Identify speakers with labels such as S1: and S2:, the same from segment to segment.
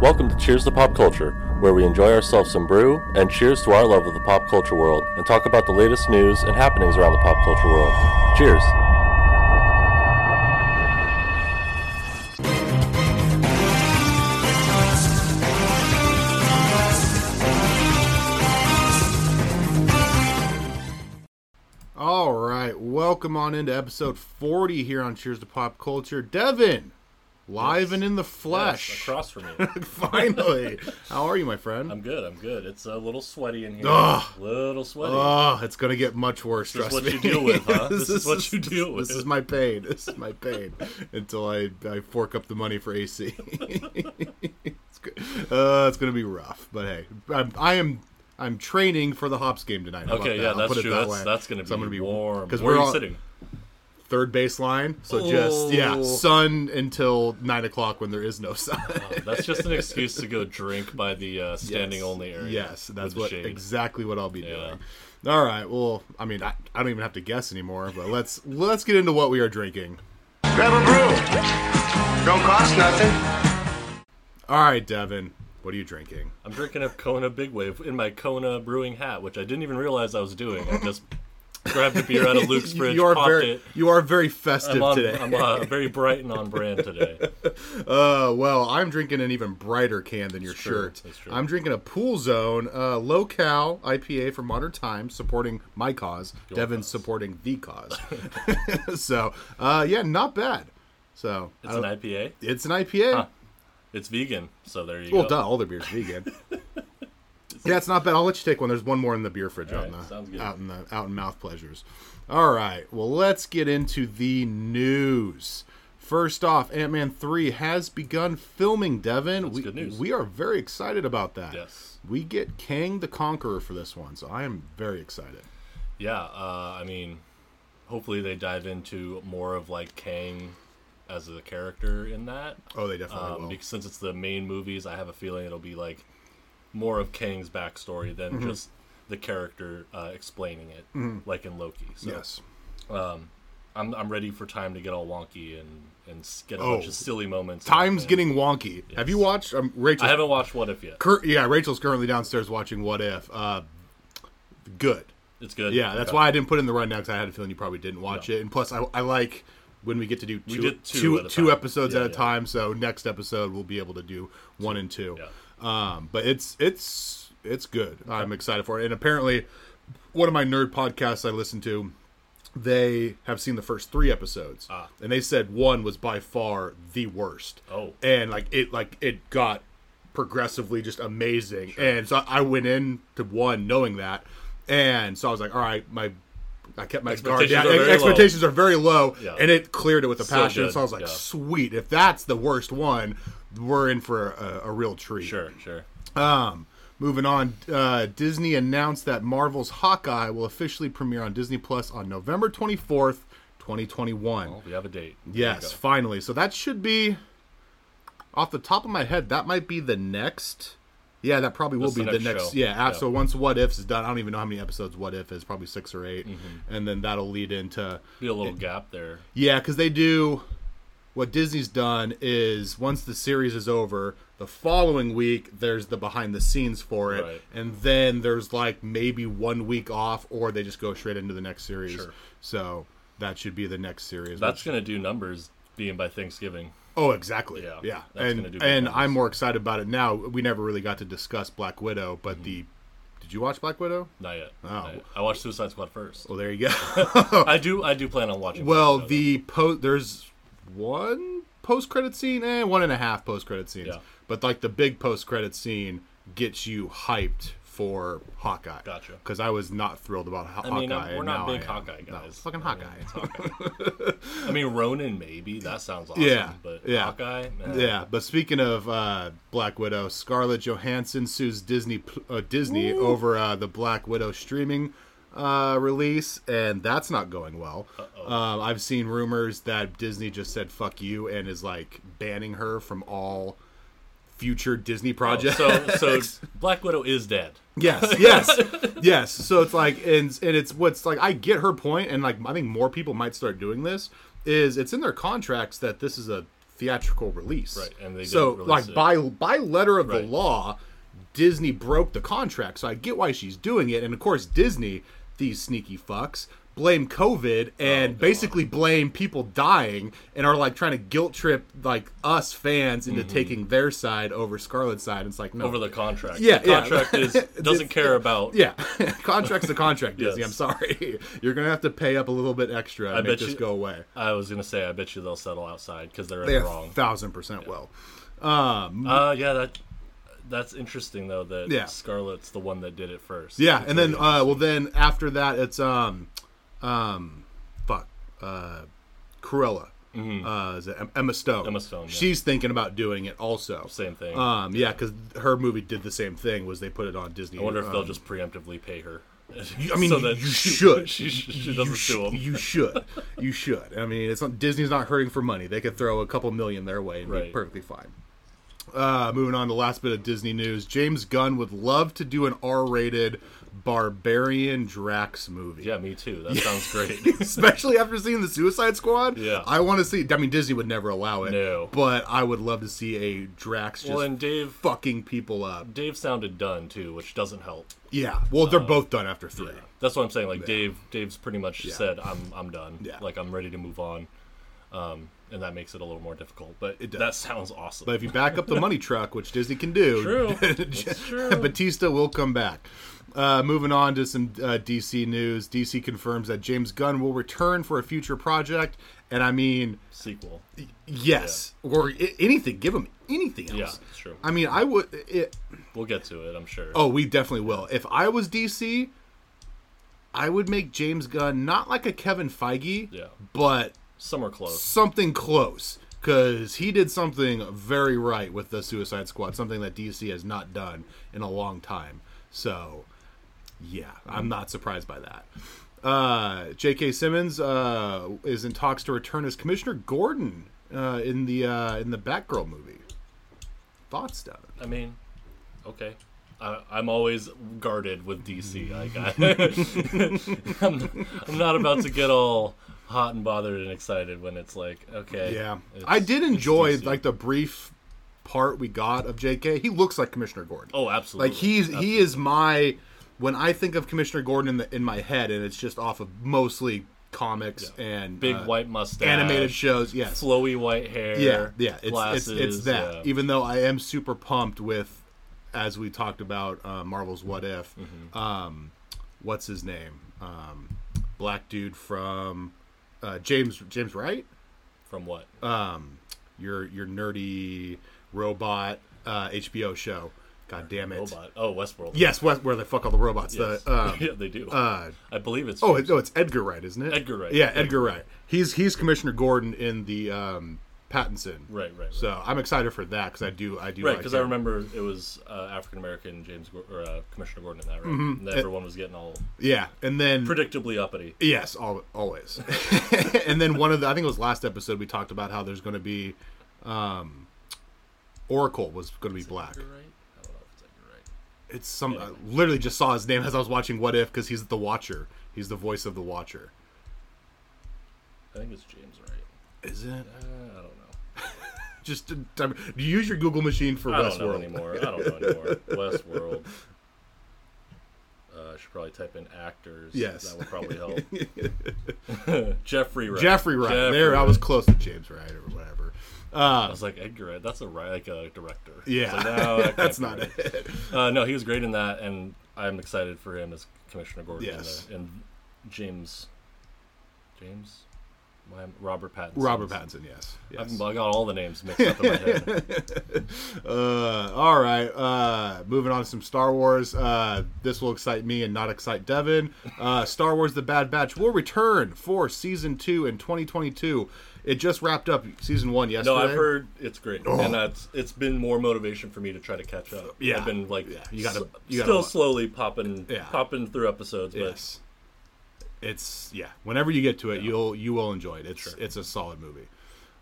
S1: Welcome to Cheers to Pop Culture, where we enjoy ourselves some brew and cheers to our love of the pop culture world and talk about the latest news and happenings around the pop culture world. Cheers.
S2: All right, welcome on into episode 40 here on Cheers to Pop Culture. Devin, live
S3: Yes.
S2: and in the
S3: Yes,
S2: flesh.
S3: across from you.
S2: Finally. How are you, my friend?
S3: I'm good. I'm good. It's a little sweaty in here.
S2: Ugh.
S3: Little sweaty.
S2: oh, it's going to get much worse,
S3: This is
S2: trust
S3: what
S2: me.
S3: you deal with, huh? This is what you deal with.
S2: This is my pain. This is my pain until I, I fork up the money for AC. it's go- uh, it's going to be rough, but hey, I'm, I am I'm training for the Hops game tonight. How about
S3: okay,
S2: that?
S3: yeah,
S2: I'll
S3: that's
S2: put it
S3: true.
S2: that
S3: that's
S2: way.
S3: that's gonna be,
S2: So I'm gonna be
S3: warm.
S2: 'cause
S3: Where are
S2: we're
S3: you
S2: all-
S3: sitting?
S2: third baseline. So just yeah,
S3: Oh.
S2: sun until nine o'clock when there is no sun.
S3: That's just an excuse to go drink by the uh, standing
S2: Yes.
S3: only area.
S2: Yes, that's
S3: with the
S2: what
S3: shade.
S2: exactly what I'll be doing. All right. Well, I mean, I, I don't even have to guess anymore. But let's let's get into what we are drinking.
S4: Grab a brew. Don't cost nothing.
S2: All right, Devin, what are you drinking?
S3: I'm drinking a Kona Big Wave in my Kona brewing hat, which I didn't even realize I was doing. I just grabbed a beer out of Luke's
S2: You-
S3: fridge,
S2: you are
S3: popped
S2: very
S3: it.
S2: you are very festive
S3: I'm, on,
S2: today.
S3: I'm uh, very bright and on brand today.
S2: Uh, well, I'm drinking an even brighter can than your
S3: true,
S2: shirt.
S3: that's true.
S2: I'm drinking a Pool Zone uh, Low Cal IPA from Modern Times, supporting my cause. Devin's
S3: cause.
S2: supporting the cause. so, uh, yeah, not bad. So I
S3: It's an
S2: don't-
S3: IPA.
S2: it's an IPA.
S3: It's vegan, so there you
S2: Well,
S3: go.
S2: duh, all their beer's vegan. yeah, it's not bad. I'll let you take one. There's one more in the beer fridge out,
S3: right, sounds
S2: in
S3: good.
S2: the, out in the out in mouth pleasures. All right, well, let's get into the news. First off, Ant Man three has begun filming. Devin, we
S3: good news.
S2: we are very excited about that.
S3: Yes.
S2: we get Kang the Conqueror for this one, so I am very excited.
S3: Yeah, uh, I mean, hopefully they dive into more of like Kang as a character in that.
S2: Oh, they definitely
S3: um,
S2: will.
S3: because since it's the main movies, I have a feeling it'll be like more of Kang's backstory than
S2: Mm-hmm.
S3: just the character uh, explaining it, like in Loki. So
S2: yes,
S3: I'm I'm ready for time to get all wonky and and s- get a
S2: Oh.
S3: bunch of silly moments.
S2: time's
S3: And-
S2: getting wonky. Have you watched um, Rachel?
S3: I haven't watched What If yet.
S2: Cur- yeah, Rachel's currently downstairs watching What If. Uh, good.
S3: It's good.
S2: Yeah, that's
S3: Okay.
S2: why I didn't put it in the rundown because I had a feeling you probably didn't watch it. And plus, I, I like when we get to do two
S3: did two
S2: two-
S3: at a
S2: two
S3: time.
S2: episodes
S3: Yeah,
S2: at a
S3: yeah.
S2: time. So next episode we'll be able to do one and two.
S3: Yeah.
S2: Um, but it's it's it's good. I'm excited for it. And apparently, one of my nerd podcasts I listen to, they have seen the first three episodes,
S3: Ah.
S2: and they said one was by far the worst.
S3: Oh.
S2: and like it like it got progressively just amazing. And so I went in to one knowing that, and so I was like, all right, my. I kept my guard
S3: Expectations
S2: down.
S3: are very low.
S2: expectations are very low,
S3: Yeah.
S2: and it cleared it with a passion.
S3: good,
S2: So I was like,
S3: yeah.
S2: "Sweet, if that's the worst one, we're in for a, a real treat."
S3: Sure, sure.
S2: Um, moving on, uh, Disney announced that Marvel's Hawkeye will officially premiere on Disney Plus on November 24th, 2021.
S3: Well, we have a date. There you
S2: yes,
S3: go.
S2: finally. So that should be, off the top of my head, that might be the next. Yeah, that probably will
S3: That's
S2: be
S3: the
S2: the
S3: next
S2: next.
S3: show.
S2: yeah,
S3: Yeah.
S2: ab- so once What Ifs is done, I don't even know how many episodes What If is, probably six or 8
S3: Mm-hmm.
S2: and then that'll lead into
S3: Be a little gap there.
S2: yeah, because they do. What Disney's done is once the series is over, the following week there's the behind the scenes for it,
S3: Right.
S2: and then there's like maybe one week off, or they just go straight into the next series.
S3: Sure.
S2: So that should be the next series.
S3: That's
S2: which-
S3: gonna do numbers being by Thanksgiving.
S2: oh, exactly. Yeah,
S3: Yeah,
S2: yeah.
S3: that's
S2: and
S3: gonna do big
S2: and
S3: numbers.
S2: I'm more excited about it now. We never really got to discuss Black Widow, but
S3: Mm-hmm.
S2: the did you watch Black Widow?
S3: Not yet. Not yet. I watched Suicide Squad first.
S2: Well, there you go.
S3: I do. I do plan on watching.
S2: Oh. Well,
S3: Black Widow,
S2: the po- there's one post credit scene, eh, one and a half post credit scenes.
S3: Yeah.
S2: But like the big post credit scene gets you hyped for Hawkeye.
S3: Gotcha.
S2: Because I was not thrilled about Haw-
S3: though.
S2: Hawkeye.
S3: I mean, I'm- we're
S2: and
S3: not
S2: now
S3: big
S2: I am.
S3: Hawkeye
S2: No,
S3: guys.
S2: fucking
S3: I mean,
S2: Hawkeye.
S3: it's Hawkeye. I mean, Ronan maybe. That sounds awesome.
S2: Yeah,
S3: But
S2: yeah.
S3: Hawkeye. eh.
S2: Yeah, but speaking of uh, Black Widow, Scarlett Johansson sues Disney pl- uh, Disney over uh, the Black Widow streaming uh, release, and that's not going well. Um, I've seen rumors that Disney just said "fuck you" and is like banning her from all future Disney projects.
S3: Oh, So, so Black Widow is dead.
S2: Yes, yes, yes. So it's like, and and it's what's like. I get her point, and like I think more people might start doing this. Is it's in their contracts that this is a theatrical release.
S3: Right, and they
S2: so
S3: didn't
S2: like
S3: release it.
S2: by by letter of
S3: Right.
S2: the law, Disney broke the contract. So I get why she's doing it, and of course Disney, these sneaky fucks, blame
S3: Oh,
S2: COVID and basically blame people dying and are like trying to guilt trip like us fans
S3: Mm-hmm.
S2: into taking their side over Scarlet's side. And it's like no,
S3: over the contract.
S2: Yeah,
S3: the
S2: yeah.
S3: contract is doesn't care about.
S2: yeah, contract's a contract, Disney.
S3: Yes.
S2: I'm sorry, you're gonna have to pay up a little bit extra and
S3: I
S2: make
S3: bet
S2: this
S3: you-
S2: go away.
S3: I was gonna say, I bet you they'll settle outside because they're in
S2: They
S3: the
S2: a
S3: wrong.
S2: thousand percent will.
S3: Uh, yeah, that that's interesting though. That
S2: Yeah.
S3: Scarlett's the one that did it first.
S2: Yeah, and then uh, well, then after that, it's um, um, fuck, uh, Cruella. Uh, is it Em- Emma Stone?
S3: Mm-hmm. Emma Stone, yeah.
S2: She's thinking about doing it also.
S3: Same thing.
S2: Um, yeah, because her movie did the same thing. Was they put it on Disney?
S3: I wonder if
S2: um,
S3: they'll just preemptively pay her.
S2: I mean,
S3: so that
S2: you
S3: she-
S2: should.
S3: She, she, doesn't
S2: you, sh-
S3: sue 'em.
S2: you should. You should. I mean, it's not, Disney's not hurting for money. They could throw a couple million their way and be
S3: Right.
S2: perfectly fine. Uh, moving on to the last bit of Disney news. James Gunn would love to do an R-rated Barbarian Drax movie.
S3: Yeah, me too. That sounds great.
S2: Especially after seeing the Suicide Squad,
S3: Yeah.
S2: I want to see. I mean, Disney would never allow it,
S3: No.
S2: but I would love to see a Drax just
S3: well, and Dave
S2: fucking people up.
S3: Dave sounded done too, which doesn't help.
S2: Yeah, well,
S3: Uh,
S2: they're both done after three.
S3: That's what I'm saying. Like Dave, Dave's pretty much
S2: Yeah.
S3: said, "I'm I'm done.
S2: Yeah.
S3: Like I'm ready to move on," um, and that makes it a little more difficult. But
S2: It
S3: that
S2: does.
S3: sounds awesome.
S2: But if you back up the money truck, which Disney can do,
S3: True. That's true.
S2: Batista will come back. Uh, moving on to some uh, DC news. DC confirms that James Gunn will return for a future project, and I mean,
S3: Sequel.
S2: yes, or I- anything. Give him anything else.
S3: Yeah, it's true.
S2: I mean, I would. It,
S3: We'll get to it. I'm sure.
S2: oh, we definitely will. If I was DC, I would make James Gunn not like a Kevin Feige,
S3: Yeah.
S2: but
S3: somewhere close.
S2: something close because he did something very right with the Suicide Squad, something that DC has not done in a long time. So, yeah, I'm not surprised by that. Uh, J.K. Simmons uh, is in talks to return as Commissioner Gordon uh, in the uh, in the Batgirl movie. Thoughts, Devin?
S3: I mean, okay. I, I'm always guarded with DC. I got. I'm, I'm not about to get all hot and bothered and excited when it's like, okay.
S2: Yeah,
S3: it's-
S2: I did
S3: it's
S2: enjoy
S3: DC.
S2: like the brief part we got of J.K. He looks like Commissioner Gordon.
S3: Oh, absolutely.
S2: Like he's he is my when I think of Commissioner Gordon in, the, in my head, and it's just off of mostly comics and
S3: big
S2: uh,
S3: white mustache,
S2: animated shows. Yes,
S3: flowy white hair.
S2: yeah, yeah. It's
S3: glasses,
S2: it's, it's that.
S3: yeah.
S2: Even though I am super pumped with, as we talked about, uh, Marvel's What If.
S3: Mm-hmm.
S2: Um, what's his name? Um, black dude from uh, James James Wright.
S3: from what?
S2: uh, Your your nerdy robot uh, HBO show. God damn it.
S3: Robot. Oh, Westworld.
S2: Yes, where, where the fuck all the robots?
S3: Yes.
S2: The um,
S3: yeah, they do.
S2: uh,
S3: I believe it's.
S2: Oh, it- no, it's Edgar Wright, isn't it?
S3: Edgar Wright.
S2: Yeah, Edgar Wright. He's he's Commissioner Gordon in the um, Pattinson.
S3: right, right, right.
S2: So I'm excited for that because I do I do
S3: Right,
S2: like
S3: because I
S2: him.
S3: remember it was uh, African American James Gor- or uh, Commissioner Gordon in that, right?
S2: Mm-hmm.
S3: And everyone was getting all
S2: Yeah, and then
S3: predictably uppity.
S2: yes, al- always. and then one of the I think it was last episode we talked about how there's going to be um, Oracle was going to be black.
S3: Edgar Wright? I don't know if it's Edgar Wright.
S2: It's some I literally just saw his name as I was watching What If because he's the Watcher. He's the voice of the Watcher.
S3: I think it's James Wright.
S2: Is it?
S3: Uh, I don't know.
S2: Just uh, I mean, use your Google machine for
S3: I don't know
S2: Westworld.
S3: anymore. I don't know anymore. Westworld. Uh, I should probably type in actors.
S2: Yes.
S3: That would probably help. Jeffrey Wright.
S2: Jeffrey Wright.
S3: Jeffrey
S2: there, I
S3: Wright.
S2: was close to James Wright or whatever.
S3: I was like Edgar Wright. That's a Wright, like a director.
S2: Yeah,
S3: It's like, no, that can't
S2: that's
S3: be
S2: not
S3: right.
S2: it.
S3: Uh, no, he was great in that, and I'm excited for him as Commissioner Gordon.
S2: Yes.
S3: And, and James, James, Why am- Robert Pattinson.
S2: Robert Pattinson, yes.
S3: I've
S2: yes.
S3: I got all the names mixed up in my head.
S2: Uh, all right. Uh, moving on to some Star Wars. Uh, this will excite me and not excite Devin. Uh, Star Wars: The Bad Batch will return for season two in 2022. It just wrapped up season one yesterday.
S3: No, I've heard it's great, and that's it's been more motivation for me to try to catch up.
S2: Oh. Yeah.
S3: I've been like,
S2: Yeah, you gotta-
S3: s-
S2: you gotta
S3: still
S2: wa-
S3: slowly popping,
S2: Yeah.
S3: popping through episodes, but
S2: Yes. It's yeah. Whenever you get to it, you'll you will enjoy it. It's it's a solid movie.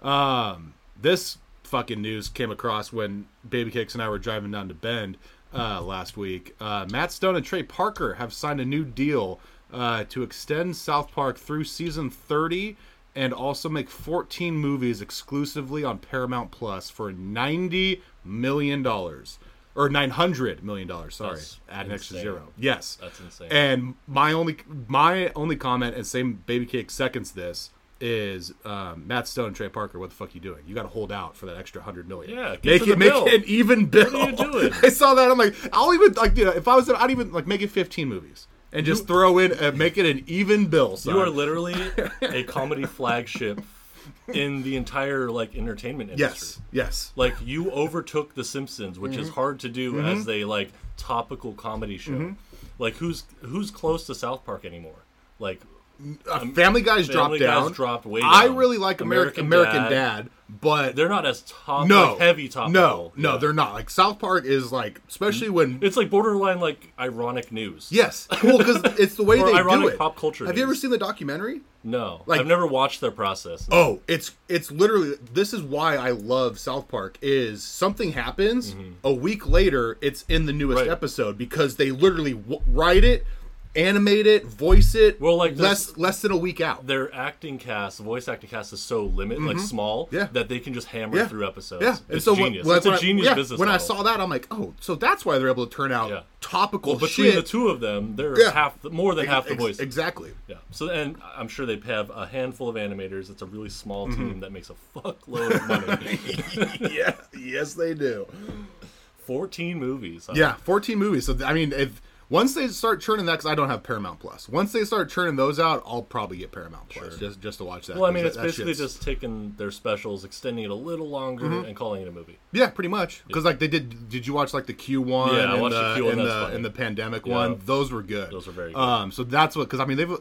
S2: Um, this fucking news came across when Baby Cakes and I were driving down to Bend uh, last week. Uh, Matt Stone and Trey Parker have signed a new deal uh, to extend South Park through season thirty and also make 14 movies exclusively on Paramount Plus for 90 million dollars or 900 million dollars, sorry.
S3: That's
S2: Add an extra
S3: insane.
S2: zero. Yes.
S3: That's insane.
S2: And my only my only comment and same baby cake seconds this is um, Matt Stone, Trey Parker, what the fuck you doing? You got to hold out for that extra 100 million.
S3: Yeah, get
S2: Make
S3: to the
S2: it make
S3: bill.
S2: it an even bill.
S3: are you doing?
S2: I saw that. I'm like, I'll even like, you know, if I was, I'd even like make it 15 movies and just throw in, uh, make it an even bill. Son.
S3: You are literally a comedy flagship in the entire like entertainment industry.
S2: yes, yes,
S3: Like you overtook The Simpsons, which
S2: Mm-hmm.
S3: is hard to do as a like topical comedy show. Like who's who's close to South Park anymore? Like
S2: Uh, Family Guys
S3: Um,
S2: dropped
S3: Family Guy's
S2: down.
S3: dropped way
S2: I
S3: down.
S2: really like American American,
S3: American
S2: Dad, but
S3: they're not as top
S2: no
S3: like, heavy topical.
S2: No, no,
S3: Yeah.
S2: they're not. Like South Park is like, especially when
S3: It's like borderline like ironic news.
S2: yes, well, because it's the way
S3: Or
S2: they do
S3: ironic
S2: it.
S3: pop culture
S2: Have you ever
S3: news.
S2: seen the documentary?
S3: No,
S2: Like-
S3: I've never watched their process.
S2: Oh, it's it's literally this is why I love South Park is something happens a week later it's in the newest
S3: Mm-hmm. Right.
S2: episode because they literally w- write it, animate it, voice it.
S3: Well, like
S2: less
S3: this-
S2: less than a week out.
S3: Their acting cast, voice acting cast, is so limit like small
S2: Mm-hmm. Yeah.
S3: that they can just hammer
S2: Yeah.
S3: through episodes.
S2: Yeah,
S3: it's
S2: and so
S3: genius.
S2: When,
S3: it's
S2: when
S3: a
S2: I-
S3: genius
S2: yeah,
S3: business.
S2: When I
S3: model.
S2: saw that, I'm like, oh, so that's why they're able to turn out
S3: Yeah.
S2: topical
S3: between
S2: shit.
S3: the two of them, they're
S2: Yeah.
S3: half the, more than half the
S2: Ex-
S3: voices.
S2: Exactly.
S3: Yeah. So and I'm sure they have a handful of animators. It's a really small team that makes a fuckload of money.
S2: Mm-hmm. yeah. Yes, they do.
S3: Fourteen movies. huh?
S2: Yeah, 14 movies. So th- I mean, if once they start churning that, because I don't have Paramount Plus. Once they start churning those out, I'll probably get Paramount Plus just just to watch that.
S3: Well, I mean,
S2: 'cause
S3: it's
S2: that- that
S3: basically
S2: shit's- Mm-hmm.
S3: just taking their specials, extending it a little longer, and calling it a movie.
S2: yeah, pretty much. Because like they did. Did you watch like the Q one?
S3: Yeah, I watched
S2: and
S3: the Q1,
S2: and
S3: that's
S2: the,
S3: funny.
S2: and the pandemic
S3: Yeah.
S2: one. Those were good.
S3: Those were very good.
S2: Um, so that's what. Because I mean, they've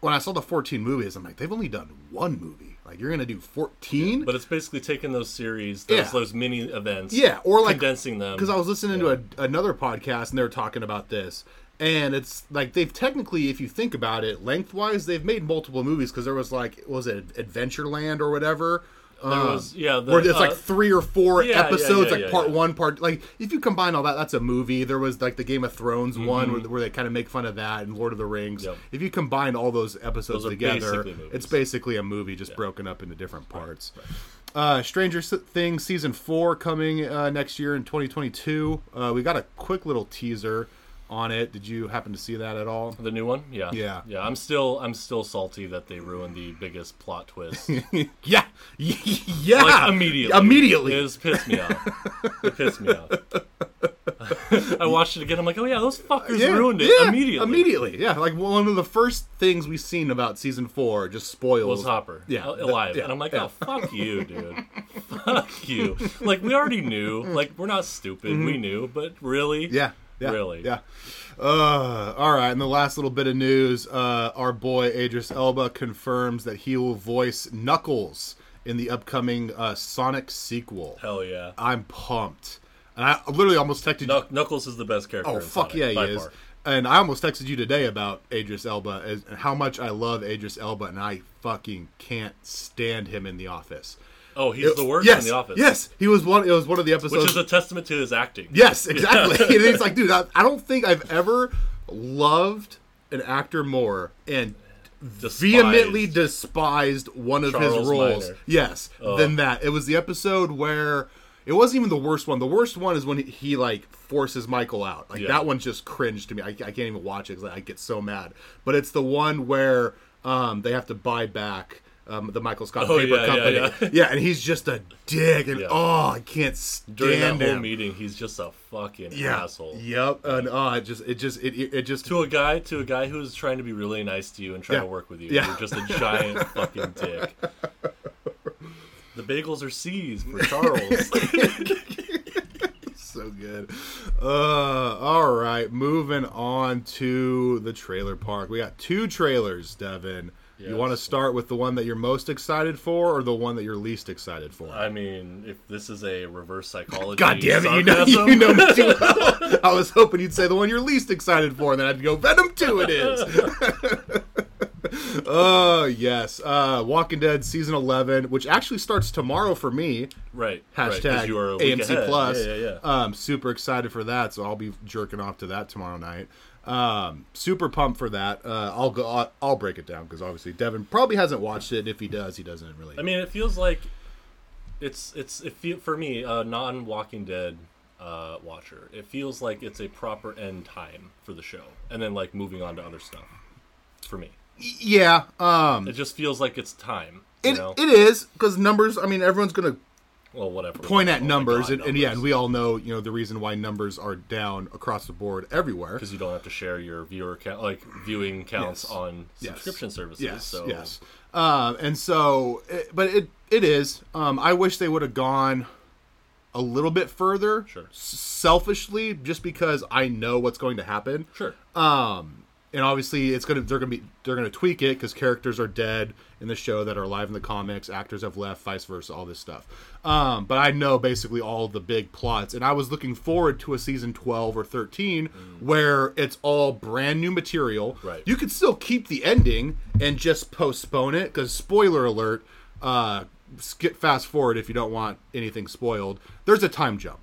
S2: when I saw the 14 movies, I'm like, they've only done one movie. Like you're gonna do 14.
S3: But it's basically taking those series, those,
S2: Yeah.
S3: those mini events,
S2: Yeah, or like
S3: condensing them.
S2: Because I was listening to a, another podcast and they were talking about this, and it's like they've technically, if you think about it, lengthwise, they've made multiple movies because there was like was it Adventureland or whatever. um,
S3: was- yeah, the-
S2: where there's like
S3: uh,
S2: three or four
S3: yeah, yeah,
S2: episodes,
S3: yeah,
S2: like
S3: yeah,
S2: part
S3: yeah.
S2: one, part like if you combine all that, that's a movie. There was like the Game of Thrones one where, where they kind of make fun of that, and Lord of the Rings.
S3: Mm-hmm. Yep.
S2: If you combine all those episodes
S3: Those are
S2: together,
S3: basically movies.
S2: it's basically a movie just broken up into different parts. Uh, Stranger S- Things season four coming uh, next year in 2022. Uh, we got a quick little teaser on it. Did you happen to see that at all?
S3: the new one. Yeah,
S2: Yeah.
S3: yeah. I'm still, I'm still salty that they ruined the biggest plot twist. like
S2: Yeah, yeah,
S3: immediately,
S2: immediately.
S3: it just pissed me off. It pissed me off. I watched it again. I'm like, oh yeah, those fuckers
S2: yeah,
S3: ruined it
S2: yeah,
S3: immediately.
S2: Immediately, yeah. Like one of the first things we've seen about season four just spoils
S3: was Hopper.
S2: Yeah,
S3: al-
S2: that-
S3: alive.
S2: yeah,
S3: and I'm like,
S2: yeah.
S3: oh fuck you, dude. fuck you. Like we already knew. Like we're not stupid. We knew, but really,
S2: Mm-hmm. Yeah. Yeah,
S3: Really?
S2: Yeah. Uh, all right. And the last little bit of news uh, our boy Adris Elba confirms that he will voice Knuckles in the upcoming uh, Sonic sequel.
S3: hell yeah.
S2: I'm pumped. And I literally almost texted you.
S3: Knuck- Knuckles is the best character.
S2: Oh
S3: in
S2: fuck
S3: Sonic,
S2: yeah, he
S3: by
S2: is.
S3: far.
S2: And I almost texted you today about Adris Elba as- and how much I love Adris Elba, and I fucking can't stand him in The Office.
S3: Oh, he's the worst
S2: yes,
S3: in the office.
S2: Yes, he was one. It was one of the
S3: which
S2: episodes.
S3: is a testament to his acting.
S2: Yes, exactly. and it's like, dude, I, I don't think I've ever loved an actor more and
S3: Despised.
S2: vehemently despised one of his
S3: Charles
S2: roles.
S3: Minor. Oh.
S2: Yes, than that. It was the episode where it wasn't even the worst one. The worst one is when he, he like forces Michael out. Like
S3: Yeah.
S2: that one just cringed to me. I, I can't even watch it because I get so mad. But it's the one where um, they have to buy back. Um, the Michael Scott
S3: Oh,
S2: Paper
S3: yeah, yeah,
S2: Company,
S3: yeah.
S2: and he's just a dick, and
S3: Yeah.
S2: oh, I can't stand
S3: During that whole
S2: him
S3: meeting, he's just a fucking
S2: yeah.
S3: asshole.
S2: Yep. And oh, it just it just it it it just
S3: To a guy, to a guy who's trying to be really nice to you and trying
S2: Yeah.
S3: to work with you,
S2: Yeah.
S3: you're just a giant fucking dick. The bagels are C's for Charles.
S2: so good. Uh, all right. Moving on to the trailer park. We got two trailers, Devin. You want to start with the one that you're most excited for, or the one that you're least excited for?
S3: I mean, if this is a reverse psychology,
S2: God damn it! You know,
S3: sarcasm,
S2: you know me too well. I was hoping you'd say the one you're least excited for, and then I'd go Venom Two. It is. Oh yes, uh, Walking Dead season eleven, which actually starts tomorrow for me.
S3: right? right, 'cause
S2: Hashtag
S3: you are a week
S2: AMC
S3: ahead.
S2: Plus.
S3: Yeah, yeah, yeah.
S2: Um, super excited for that, so I'll be jerking off to that tomorrow night. Um, super pumped for that. Uh, I'll go. I'll, I'll break it down because obviously Devin probably hasn't watched it, and if he does, he doesn't really.
S3: I mean, it feels like it's it's it feel, for me a non Walking Dead uh, watcher. It feels like it's a proper end time for the show, and then like moving on to other stuff. For me,
S2: yeah. Um,
S3: it just feels like it's time. You
S2: it
S3: know?
S2: it is because numbers. I mean, everyone's gonna
S3: well, whatever.
S2: point at
S3: Oh my
S2: numbers,
S3: God,
S2: and, and yeah, and we all know you know the reason why numbers are down across the board everywhere.
S3: because you don't have to share your viewer count, like viewing counts
S2: Yes.
S3: on
S2: Yes.
S3: subscription services.
S2: Yes,
S3: so
S2: yes. Um, and so, it, but it it is. Um, I wish they would have gone a little bit further.
S3: Sure.
S2: s- Selfishly, just because I know what's going to happen.
S3: sure.
S2: Um, and obviously, it's gonna they're gonna be they're gonna tweak it because characters are dead in the show that are alive in the comics. Actors have left, vice versa, all this stuff. Um, but I know basically all the big plots, and I was looking forward to a season twelve or thirteen where it's all brand new material.
S3: Right.
S2: You could still keep the ending and just postpone it because spoiler alert. Uh, skip fast forward if you don't want anything spoiled. There's a time jump.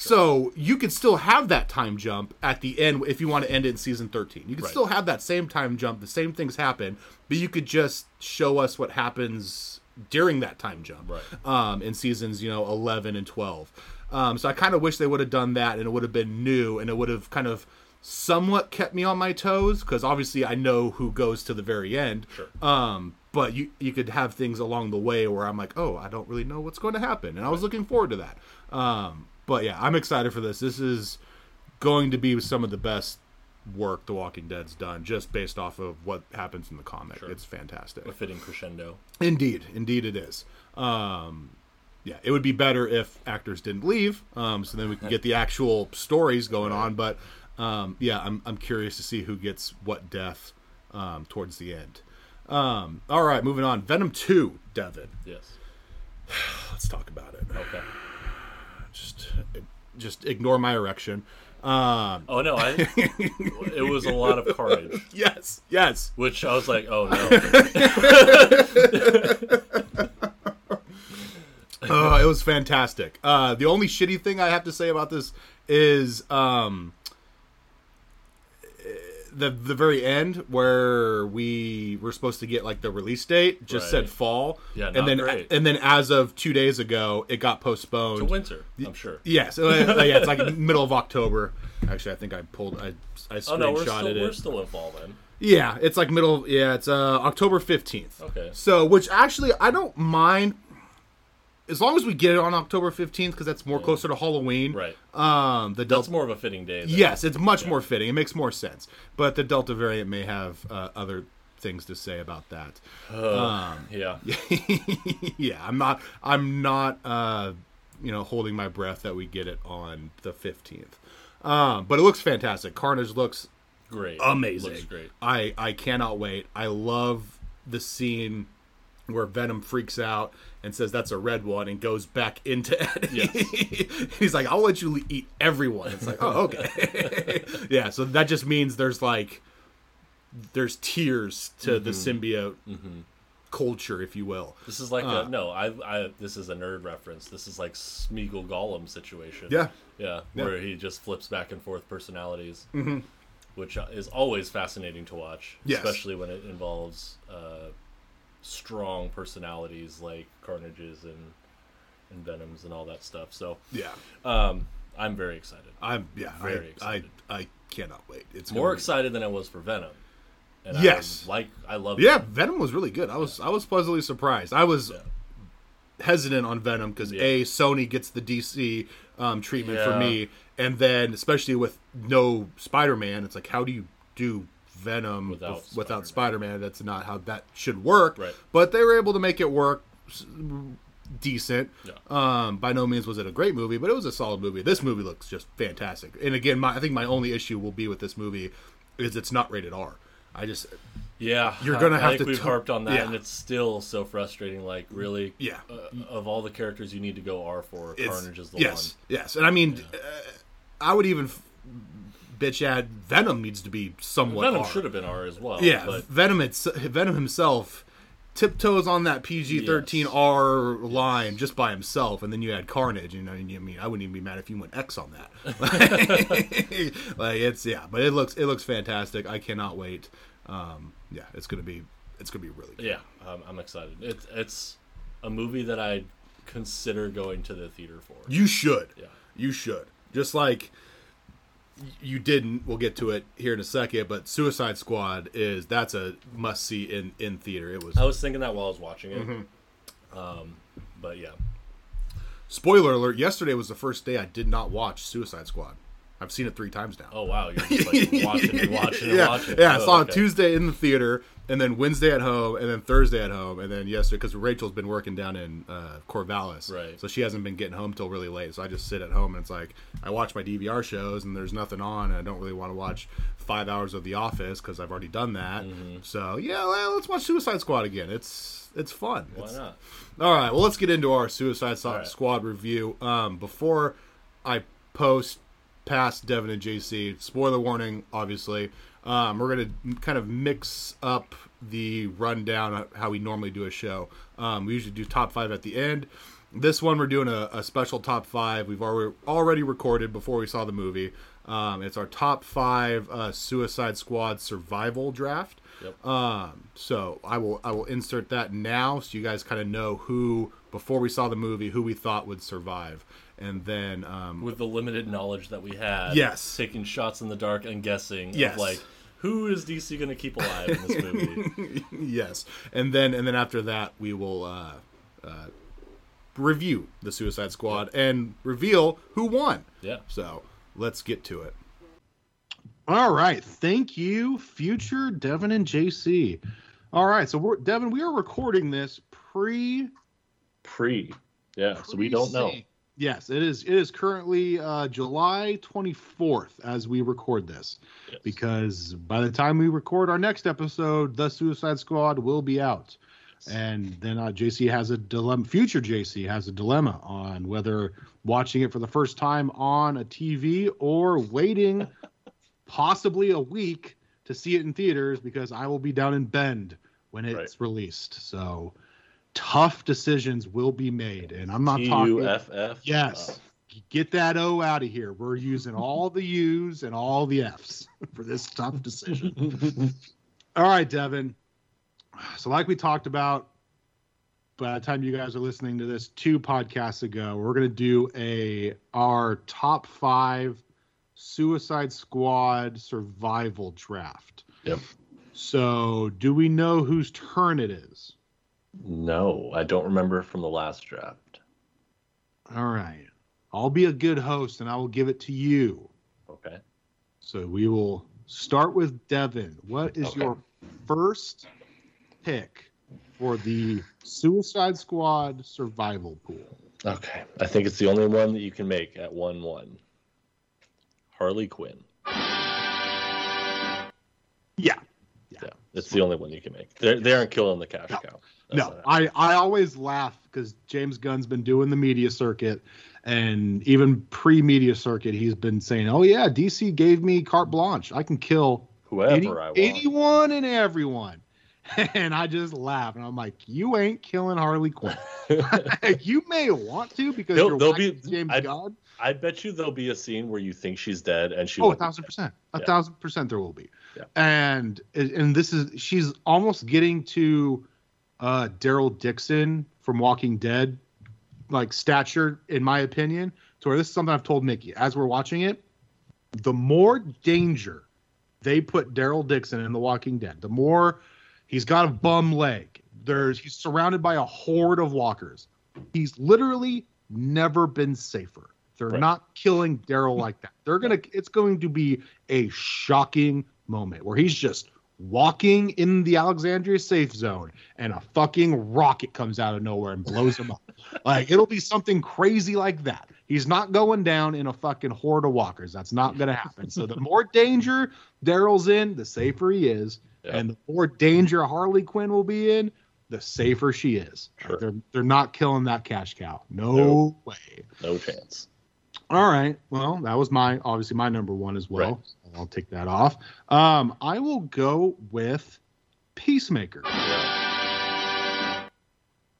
S2: So you could still have that time jump at the end if you want to end it in season 13. You could
S3: Right.
S2: still have that same time jump, the same things happen, but you could just show us what happens during that time jump
S3: Right.
S2: um, in seasons, you know, 11 and 12. Um, so I kind of wish they would have done that and it would have been new and it would have kind of somewhat kept me on my toes because obviously I know who goes to the very end. Sure. Um, but you, you could have things along the way where I'm like, oh, I don't really know what's going to happen. And I was looking forward to that. Um, but yeah, I'm excited for this. This is going to be some of the best work The Walking Dead's done just based off of what happens in the comic. It's fantastic.
S3: A fitting crescendo.
S2: Indeed, indeed it is. Um, yeah, it would be better if actors didn't leave, um, so then we can get the actual stories going on. But um, yeah, I'm I'm curious to see who gets what death um, towards the end. Um, all right, moving on. Venom Two, Devin.
S3: Yes.
S2: Let's talk about it.
S3: Okay.
S2: Just just ignore my erection. Um,
S3: Oh no, I. it was a lot of courage,
S2: yes, yes.
S3: which I was like, oh no.
S2: Uh, it was fantastic. Uh, the only shitty thing I have to say about this is um, the the very end where we were supposed to get like the release date just
S3: Right.
S2: said fall,
S3: Yeah, not
S2: and then
S3: great.
S2: and then as of two days ago, it got postponed.
S3: The winter, I'm sure.
S2: Yes, uh, uh, yeah, it's like middle of October. Actually, I think I pulled I I
S3: Oh
S2: screenshotted
S3: no, we're still
S2: it.
S3: we're still in fall then.
S2: Yeah, it's like middle. Yeah, it's uh, October fifteenth.
S3: Okay.
S2: So, which actually, I don't mind as long as we get it on October fifteenth because that's more closer to Halloween.
S3: Right.
S2: Um, the
S3: That's
S2: Delta.
S3: more of a fitting day. Than,
S2: yes, it's much more fitting. It makes more sense. But the Delta variant may have uh, other things to say about that.
S3: Yeah.
S2: yeah, I'm not. I'm not. Uh, you know, holding my breath that we get it on the fifteenth. Um, but it looks fantastic. Carnage looks
S3: Great.
S2: amazing.
S3: Looks great.
S2: I I cannot wait. I love the scene where Venom freaks out and says that's a red one and goes back into Eddie. He's like, I'll let you le- eat everyone. It's like, oh okay, yeah. So that just means there's like there's tears to the
S3: Mm-hmm.
S2: symbiote culture, if you will.
S3: This is like
S2: Uh.
S3: a no. I, I this is a nerd reference. This is like Smeagol Gollum situation.
S2: Yeah. Mm-hmm.
S3: yeah, where he just flips back and forth personalities, which is always fascinating to watch,
S2: Yes.
S3: especially when it involves uh, strong personalities like Carnages and and Venoms and all that stuff. So
S2: Yeah,
S3: um, I'm very excited.
S2: I'm yeah. I-
S3: Very
S2: I,
S3: excited.
S2: I cannot wait. It's
S3: More
S2: gonna be-
S3: excited than I was for Venom. And
S2: Yes.
S3: I like I love.
S2: Yeah, Venom was really good. I was I was pleasantly surprised. I was hesitant on Venom because
S3: Yeah.
S2: a Sony gets the DC um, treatment for
S3: Yeah.
S2: me, and then especially with no Spider Man, it's like how do you do Venom
S3: Without
S2: bef- without Spider
S3: Spider-Man.
S2: Man? That's not how that should work.
S3: Right.
S2: But they were able to make it work s- decent.
S3: Yeah.
S2: Um, by no means was it a great movie, but it was a solid movie. This movie looks just fantastic. And again, my, I think my only issue will be with this movie is it's not rated R. I just
S3: Yeah,
S2: You're
S3: I-
S2: gonna
S3: I
S2: have
S3: think
S2: to
S3: We've
S2: to-
S3: harped on that,
S2: yeah.
S3: and it's still so frustrating. Like, really,
S2: Yeah.
S3: uh, of all the characters you need to go R for,
S2: It's-
S3: Carnage is the
S2: yes, Yes, and I mean, uh, I would even f- bitch at Venom needs to be
S3: one.
S2: somewhat.
S3: Venom
S2: R.
S3: should have been R as well.
S2: Yeah,
S3: but
S2: Venom. It's Venom himself
S5: tiptoes on that PG thirteen
S6: Yes.
S5: R line just by himself, and then you had Carnage. You know, and you- I mean, I wouldn't even be mad if you went X on that. like, it's yeah, but it looks it looks fantastic. I cannot wait. Um, yeah, it's gonna be it's gonna be really good.
S6: Yeah, um, I'm excited. It's it's a movie that I would consider going to the theater for.
S5: You should.
S6: Yeah.
S5: You should. Just like y- you didn't. We'll get to it here in a second. But Suicide Squad is that's a must see in in theater. It was
S6: I was thinking that while I was watching it. Um,
S2: Mm-hmm.
S6: but yeah,
S5: Spoiler alert, yesterday was the first day I did not watch Suicide Squad. I've seen it three times now.
S6: oh wow, you're just like watching and watching and
S5: yeah,
S6: watching.
S5: yeah. I
S6: Oh,
S5: saw
S6: okay.
S5: it Tuesday in the theater, and then Wednesday at home, and then Thursday at home, and then yesterday because Rachel's been working down in uh, Corvallis,
S6: Right.
S5: So she hasn't been getting home till really late. So I just sit at home, and it's like I watch my DVR shows, and there's nothing on, and I don't really want to watch five hours of The Office because I've already done that.
S6: Mm-hmm.
S5: So yeah, well, let's watch Suicide Squad again. It's it's fun.
S6: Why
S5: It's-
S6: not?
S5: all right, well, let's get into our Suicide Squ-
S6: right.
S5: Squad review. Um, before I post past Devin and JC, spoiler warning, obviously, um, we're going to kind of mix up the rundown of how we normally do a show. Um, we usually do top five at the end. This one, we're doing a, a special top five. We've already, already recorded before we saw the movie. Um, it's our top five uh, Suicide Squad survival draft.
S6: Yep.
S5: Um, so I will I will insert that now, so you guys kind of know who before we saw the movie who we thought would survive, and then um,
S6: With the limited knowledge that we had,
S5: Yes.
S6: taking shots in the dark and guessing,
S5: Yes.
S6: of like who is DC going to keep alive in this movie?
S5: yes, and then and then after that we will uh, uh, review the Suicide Squad and reveal who won.
S6: yeah.
S5: So let's get to it.
S2: All right. Thank you, future Devin and JC. All right. So, we're, Devin, we are recording this pre.
S3: pre. Yeah, so we don't know.
S2: Yes, it is. It is currently uh, July 24th as we record this,
S3: Yes.
S2: because by the time we record our next episode, the Suicide Squad will be out, and then uh, JC has a dilemma. Future JC has a dilemma on whether watching it for the first time on a TV or waiting possibly a week to see it in theaters because I will be down in Bend when it's
S3: Right.
S2: released. So tough decisions will be made, and I'm not
S3: T E.
S2: talking.
S3: U F F. Uh,
S2: Yes. Uh, Get that O out of here. We're using all the U's and all the F's for this tough decision. all right, Devin. So, like we talked about by the time you guys are listening to this two podcasts ago, we're going to do a our top five Suicide Squad survival draft.
S3: Yep.
S2: So, do we know whose turn it is?
S3: No, I don't remember from the last draft.
S2: All right. I'll be a good host and I will give it to you.
S3: Okay.
S2: So we will start with Devin. What is
S3: Okay.
S2: your first pick for the Suicide Squad survival pool?
S3: Okay. I think it's the only one that you can make at 1 1. Harley Quinn.
S2: Yeah.
S3: Yeah. It's the only one you can make. They're, they aren't killing the cash
S2: No.
S3: cow.
S2: no, I, I always laugh because James Gunn's been doing the media circuit, and even pre media circuit, he's been saying, "Oh yeah, DC gave me carte blanche. I can kill
S3: Whoever
S2: any-
S3: I want.
S2: anyone and everyone." And I just laugh, and I'm like, "You ain't killing Harley Quinn. you may want to because
S3: They'll-
S2: you're
S3: they'll
S2: whacking
S3: be-
S2: James
S3: I-
S2: Gunn."
S3: I bet you there'll be a scene where you think she's dead and she
S2: Oh, a
S3: won't be
S2: thousand percent, a
S3: Yeah.
S2: thousand percent, there will be.
S3: Yeah.
S2: And and this is she's almost getting to uh, Daryl Dixon from Walking Dead, like stature, in my opinion. To where this is something I've told Nikki as we're watching it. The more danger they put Daryl Dixon in The Walking Dead, the more he's got a bum leg. There's he's surrounded by a horde of walkers. He's literally never been safer. They're
S3: Right.
S2: not killing Daryl like that. They're gonna it's going to be a shocking moment where he's just walking in the Alexandria safe zone and a fucking rocket comes out of nowhere and blows him up. Like it'll be something crazy like that. He's not going down in a fucking horde of walkers. That's not gonna happen. So the more danger Daryl's in, the safer he is.
S3: Yeah.
S2: And the more danger Harley Quinn will be in, the safer she is.
S3: Sure.
S2: They're they're not killing that cash cow. No
S3: No.
S2: way.
S3: No chance.
S2: All right. Well, that was my obviously my number one as well. I'll take that off. Um, I will go with Peacemaker.
S3: Yeah.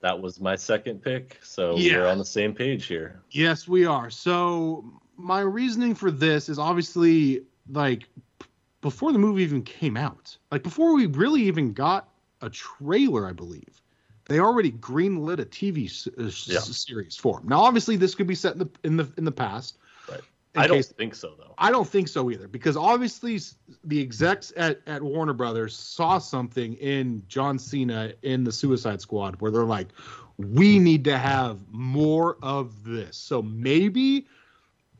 S3: That was my second pick, so
S2: Yeah.
S3: we're on the same page here.
S2: Yes, we are. So my reasoning for this is obviously like p- before the movie even came out, like before we really even got a trailer, I believe they already greenlit a TV s- uh, s-
S3: Yeah.
S2: series for him. Now, obviously, this could be set in the in the in the past.
S3: Right.
S2: In
S3: I don't
S2: case-
S3: think so though.
S2: I don't think so either, because obviously s- the execs at, at Warner Brothers saw something in John Cena in the Suicide Squad where they're like,
S3: Hmm.
S2: we need to have more of this. So maybe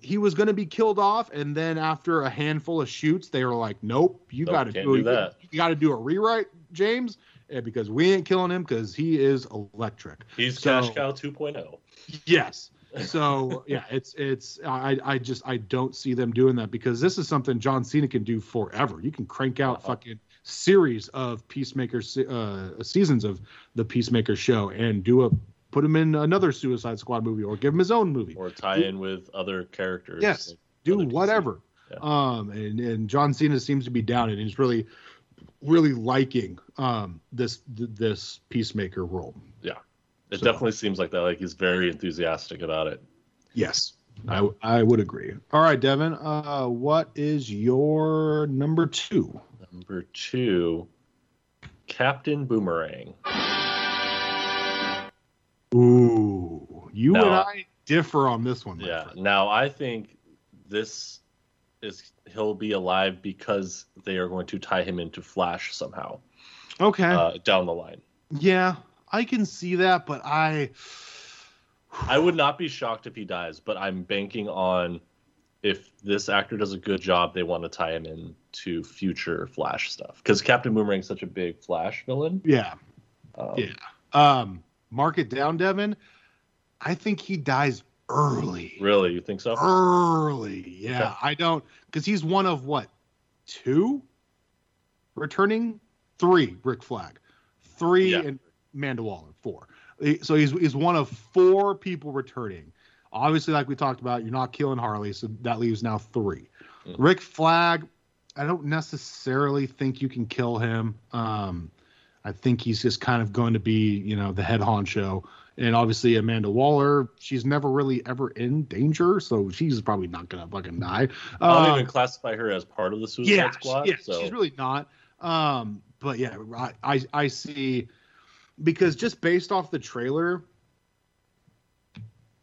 S2: he was going to be killed off, and then after a handful of shoots, they were like, nope, you
S3: Nope,
S2: got to
S3: can't
S2: do,
S3: do that.
S2: You got to do a rewrite, James, eh, because we ain't killing him because he is electric.
S3: He's
S2: So-
S3: Cash Cow 2.0.
S2: Yes. So yeah, it's it's I I just I don't see them doing that because this is something John Cena can do forever. You can crank out
S3: Uh-huh.
S2: fucking series of Peacemaker se- uh, seasons of the Peacemaker show and do a put him in another Suicide Squad movie or give him his own movie.
S3: Or tie in with other characters.
S2: Yes.
S3: like
S2: do
S3: other DC.
S2: whatever.
S3: Yeah.
S2: Um and and John Cena seems to be down it and he's really really liking um this th- this Peacemaker role.
S3: It
S2: So-
S3: definitely seems like that. Like he's very enthusiastic about it.
S2: Yes, I I would agree. All right, Devin. Uh, what is your number two?
S3: Number two, Captain Boomerang.
S2: Ooh, you
S3: No.
S2: and I differ on this one. my
S3: Yeah.
S2: friend.
S3: Now I think this is he'll be alive because they are going to tie him into Flash somehow
S2: Okay.
S3: uh, down the line.
S2: yeah, I can see that, but I.
S3: I would not be shocked if he dies, but I'm banking on if this actor does a good job, they want to tie him in to future Flash stuff because Captain Boomerang's such a big Flash villain.
S2: Yeah.
S3: Um,
S2: Yeah. Um, mark it down, Devin. I think he dies early.
S3: Really, you think so?
S2: Early. Yeah,
S3: Okay.
S2: I don't because he's one of what two returning three Rick Flag, three
S3: Yeah.
S2: and Mandalore four. Eh, So he's he's one of four people returning. Obviously, like we talked about, you're not killing Harley, so that leaves now 3
S3: Mhm.
S2: Rick Flag, I don't necessarily think you can kill him. Um, I think he's just kind of going to be, you know, the head honcho. And obviously, Amanda Waller, she's never really ever in danger, so she's probably not gonna fucking die.
S3: I don't
S2: Um,
S3: even classify her as part of the Suicide
S2: yeah, she-
S3: Squad.
S2: yeah,
S3: so
S2: she's really not. Um, but yeah, I, I I see because just based off the trailer,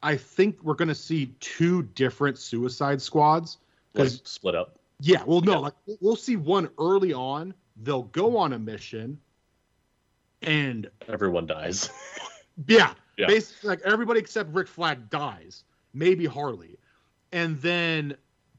S2: I think we're gonna see two different Suicide Squads.
S3: like,
S2: 'cause-
S3: split up.
S2: Yeah, well, no,
S3: Yeah.
S2: like we'll- we'll see one early on. They'll go on a mission, and
S3: Everyone dies.
S2: yeah,
S3: Yeah.
S2: basically like everybody except Rick Flag dies, maybe Harley, and then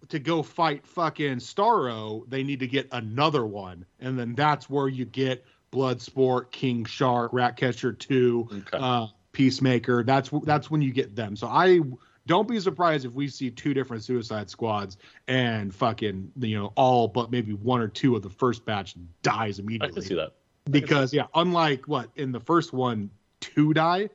S2: to go fight fucking Starro, they need to get another one, and then that's where you get Bloodsport, King Shark, Ratcatcher Two,
S3: okay.
S2: uh, Peacemaker. That's wh- that's when you get them. So I don't be surprised if we see two different Suicide Squads and fucking you know all but maybe one or two of the first batch dies
S3: I
S2: immediately
S3: can see that.
S2: because yeah, unlike what in the first one, two die,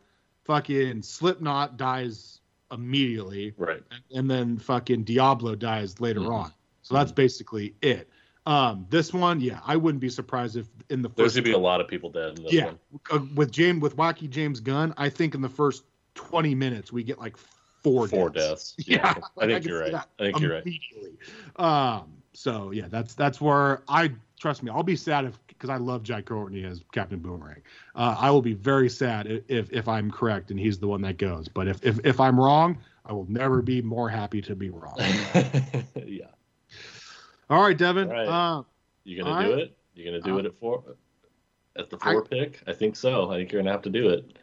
S2: fucking Slipknot dies immediately,
S3: Right.
S2: and then fucking Diablo dies later
S3: Mhm.
S2: on. So that's basically it. Um, this one, yeah, I wouldn't be surprised if in the
S3: There's
S2: first
S3: gonna be a lot of people dead in this
S2: Yeah.
S3: one.
S2: uh, with James with Wacky James Gunn, I think in the first twenty minutes we get like four
S3: Four
S2: deaths.
S3: deaths.
S2: Yeah,
S3: I
S2: I
S3: think
S2: can
S3: you're
S2: see
S3: right.
S2: that
S3: I think you're right.
S2: immediately. Um, so yeah, that's that's where I trust me. I'll be sad if because I love Jack Courtney as Captain Boomerang. Uh, I will be very sad i- if if I'm correct and he's the one that goes. But if if, if I'm wrong, I will never be more happy to be wrong. Um,
S3: yeah.
S2: All right, Devin.
S3: All right.
S2: Uh,
S3: You gonna
S2: I-
S3: do it? You gonna do
S2: I-
S3: it at four? At the
S2: I-
S3: four pick? I think so. I think you're gonna have to do it.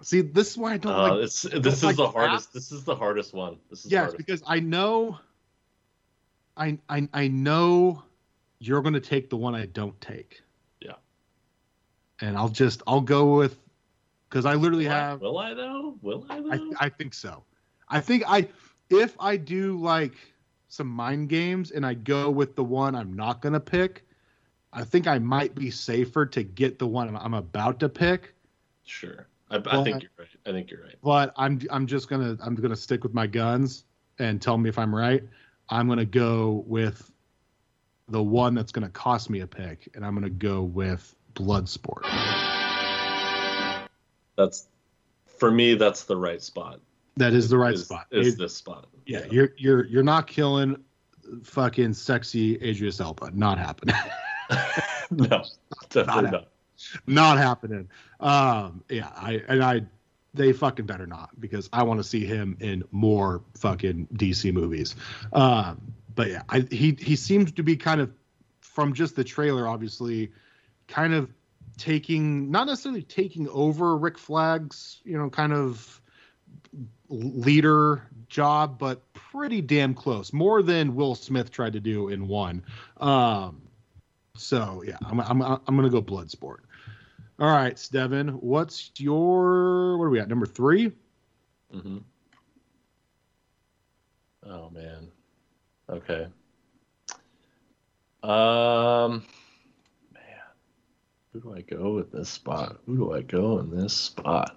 S2: see, this is why I don't
S3: Uh,
S2: like.
S3: it's this is
S2: like
S3: the
S2: the
S3: hardest. This is the hardest one. This is the
S2: Yes,
S3: hardest.
S2: because I know. I I I know you're going to take the one I don't take.
S3: Yeah.
S2: And I'll just I'll go with because I literally
S3: Will I-
S2: have.
S3: Will I though? Will I though?
S2: I, I think so. I think I if I do like some mind games and I go with the one I'm not gonna pick, I think I might be safer to get the one I'm, I'm about to pick.
S3: sure. I, I
S2: Will
S3: think
S2: I-
S3: you're right. I think you're right.
S2: But I'm I'm just gonna I'm gonna stick with my guns and tell me if I'm right. I'm gonna go with the one that's gonna cost me a pick, and I'm gonna go with Bloodsport.
S3: That's for me. That's the right spot.
S2: That is the right
S3: is,
S2: spot.
S3: Is
S2: It-
S3: this spot?
S2: yeah, you're you're you're not killing fucking sexy Adrius Elba. Not happening.
S3: no, definitely
S2: Not
S3: not.
S2: not happening. Um, yeah, I and I they fucking better not because I want to see him in more fucking DC movies. Um, but yeah, I, he he seems to be kind of from just the trailer, obviously, kind of taking not necessarily taking over Rick Flag's you know kind of leader job, but pretty damn close, more than Will Smith tried to do in one. Um, so yeah, I'm I'm I'm gonna go Bloodsport. All right, Steven, what's your what are we at? Number three?
S3: hmm Oh man. Okay. Um, man, who do I go with this spot? Who do I go in this spot?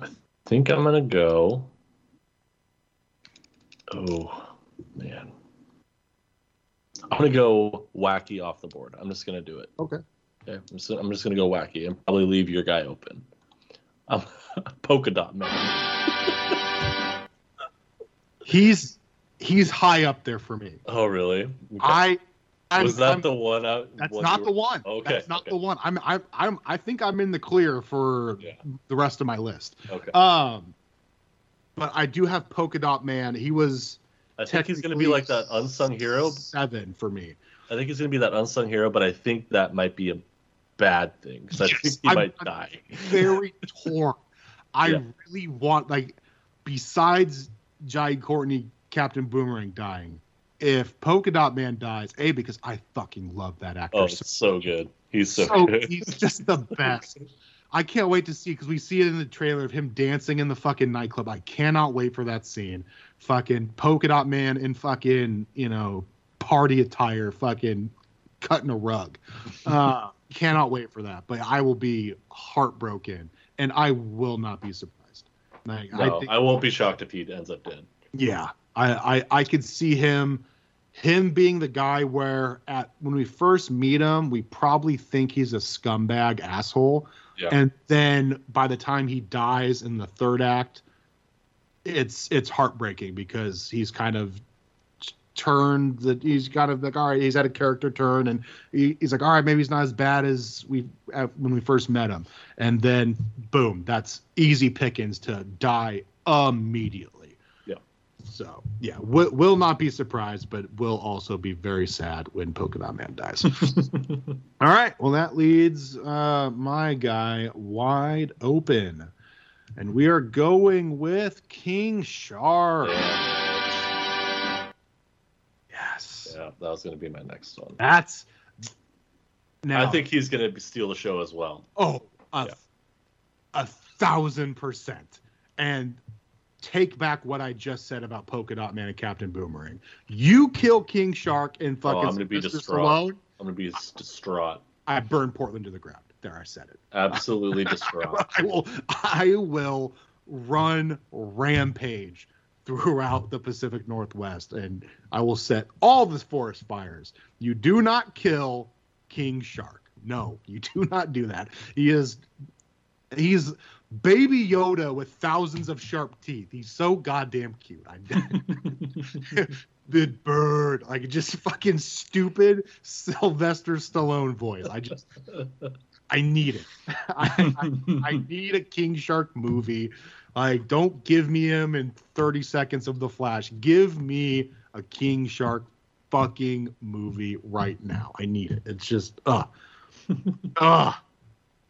S3: I think I'm gonna go. Oh man, I'm gonna go wacky off the board. I'm just gonna do it.
S2: Okay.
S3: Okay. I'm just, I'm just gonna go wacky and probably leave your guy open. Um, polka dot man.
S2: He's he's high up there for me.
S3: Oh, really? Okay.
S2: I I'm,
S3: was that
S2: I'm-
S3: the one? I,
S2: that's
S3: one
S2: not
S3: you
S2: the
S3: were-
S2: one.
S3: Okay,
S2: that's not
S3: okay.
S2: the one. I'm I'm I'm I think I'm in the clear for
S3: Yeah.
S2: the rest of my list.
S3: Okay.
S2: Um, but I do have Polka Dot Man. He was
S3: I think he's going to be
S2: technically
S3: like that unsung hero.
S2: seven for me.
S3: I think he's going to be that unsung hero, but I think that might be a bad thing because I
S2: Yes,
S3: think he
S2: I'm-
S3: might
S2: I'm-
S3: die.
S2: very torn. I
S3: Yeah.
S2: really want like besides Jai Courtney, Captain Boomerang dying. If Polka Dot Man dies, a because I fucking love that actor.
S3: Oh,
S2: so,
S3: it's so good. He's so,
S2: so
S3: good.
S2: he's just the best. I can't wait to see because we see it in the trailer of him dancing in the fucking nightclub. I cannot wait for that scene. Fucking Polka Dot Man in fucking you know party attire, fucking cutting a rug. Uh, cannot wait for that. But I will be heartbroken, and I will not be surprised. Like,
S3: No,
S2: I
S3: I,
S2: think,
S3: won't be shocked if he ends up dead.
S2: yeah, I, I I could see him, him being the guy where at when we first meet him, we probably think he's a scumbag asshole,
S3: Yeah.
S2: and then by the time he dies in the third act, it's it's heartbreaking because he's kind of turned that he's kind of like all right he's had a character turn and he, he's like all right maybe he's not as bad as we uh, when we first met him and then boom that's easy pickings to die immediately
S3: Yeah.
S2: so yeah will, will not be surprised but will also be very sad when polka dot man dies all right well that leads uh my guy wide open and we are going with king shark
S3: Yeah,
S2: yes
S3: yeah, that was going to be my next one.
S2: That's now.
S3: I think he's going to steal the show as well.
S2: Oh, a,
S3: Yeah.
S2: a thousand percent. And take back what I just said about Polka Dot Man and Captain Boomerang. You kill King Shark and
S3: Oh,
S2: fucking
S3: I'm gonna be
S2: Sylvester
S3: distraught.
S2: Stallone,
S3: I'm going to be s- distraught.
S2: I burn Portland to the ground. There, I said it.
S3: Absolutely distraught.
S2: I will. I will run rampage throughout the Pacific Northwest, and I will set all the forest fires. You do not kill King Shark. No, you do not do that. He is. He's baby Yoda with thousands of sharp teeth. He's so goddamn cute. I the bird, like just fucking stupid Sylvester Stallone voice. I just, I need it. I, I, I need a King Shark movie. Like, don't give me him in 30 seconds of The Flash. Give me a King Shark fucking movie right now. I need it. It's just, uh, uh,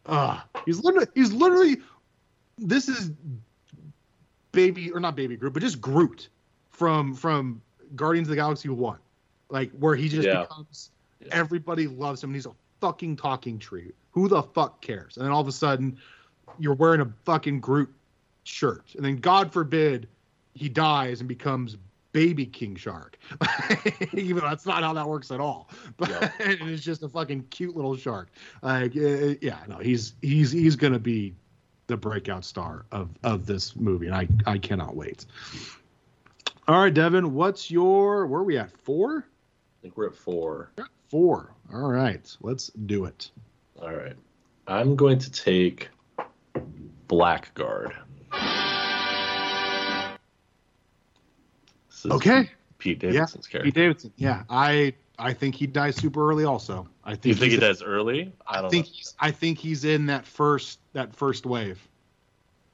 S2: uh. He's literally, he's literally, this is baby, or not baby Groot, but just Groot from, from Guardians of the Galaxy 1. Like, where he just
S3: Yeah.
S2: becomes,
S3: Yeah.
S2: everybody loves him. and He's a fucking talking tree. Who the fuck cares? And then all of a sudden, you're wearing a fucking Groot shirt, and then God forbid he dies and becomes baby King Shark. Even though that's not how that works at all. But
S3: Yeah.
S2: and it's just a fucking cute little shark. Like, uh, yeah, no, he's he's he's gonna be the breakout star of of this movie, and I I cannot wait. All right, Devin, what's your where are we at four?
S3: I think we're at four.
S2: Four. All right, let's do it.
S3: All right. I'm going to take Blackguard. This is
S2: Okay.
S3: Pete
S2: Yeah,
S3: Davidson's character.
S2: Pete Davidson. Yeah, I I think he dies super early. Also, I think
S3: you think he
S2: he's-
S3: dies early? I don't
S2: I think
S3: know.
S2: he's, I think he's in that first that first wave.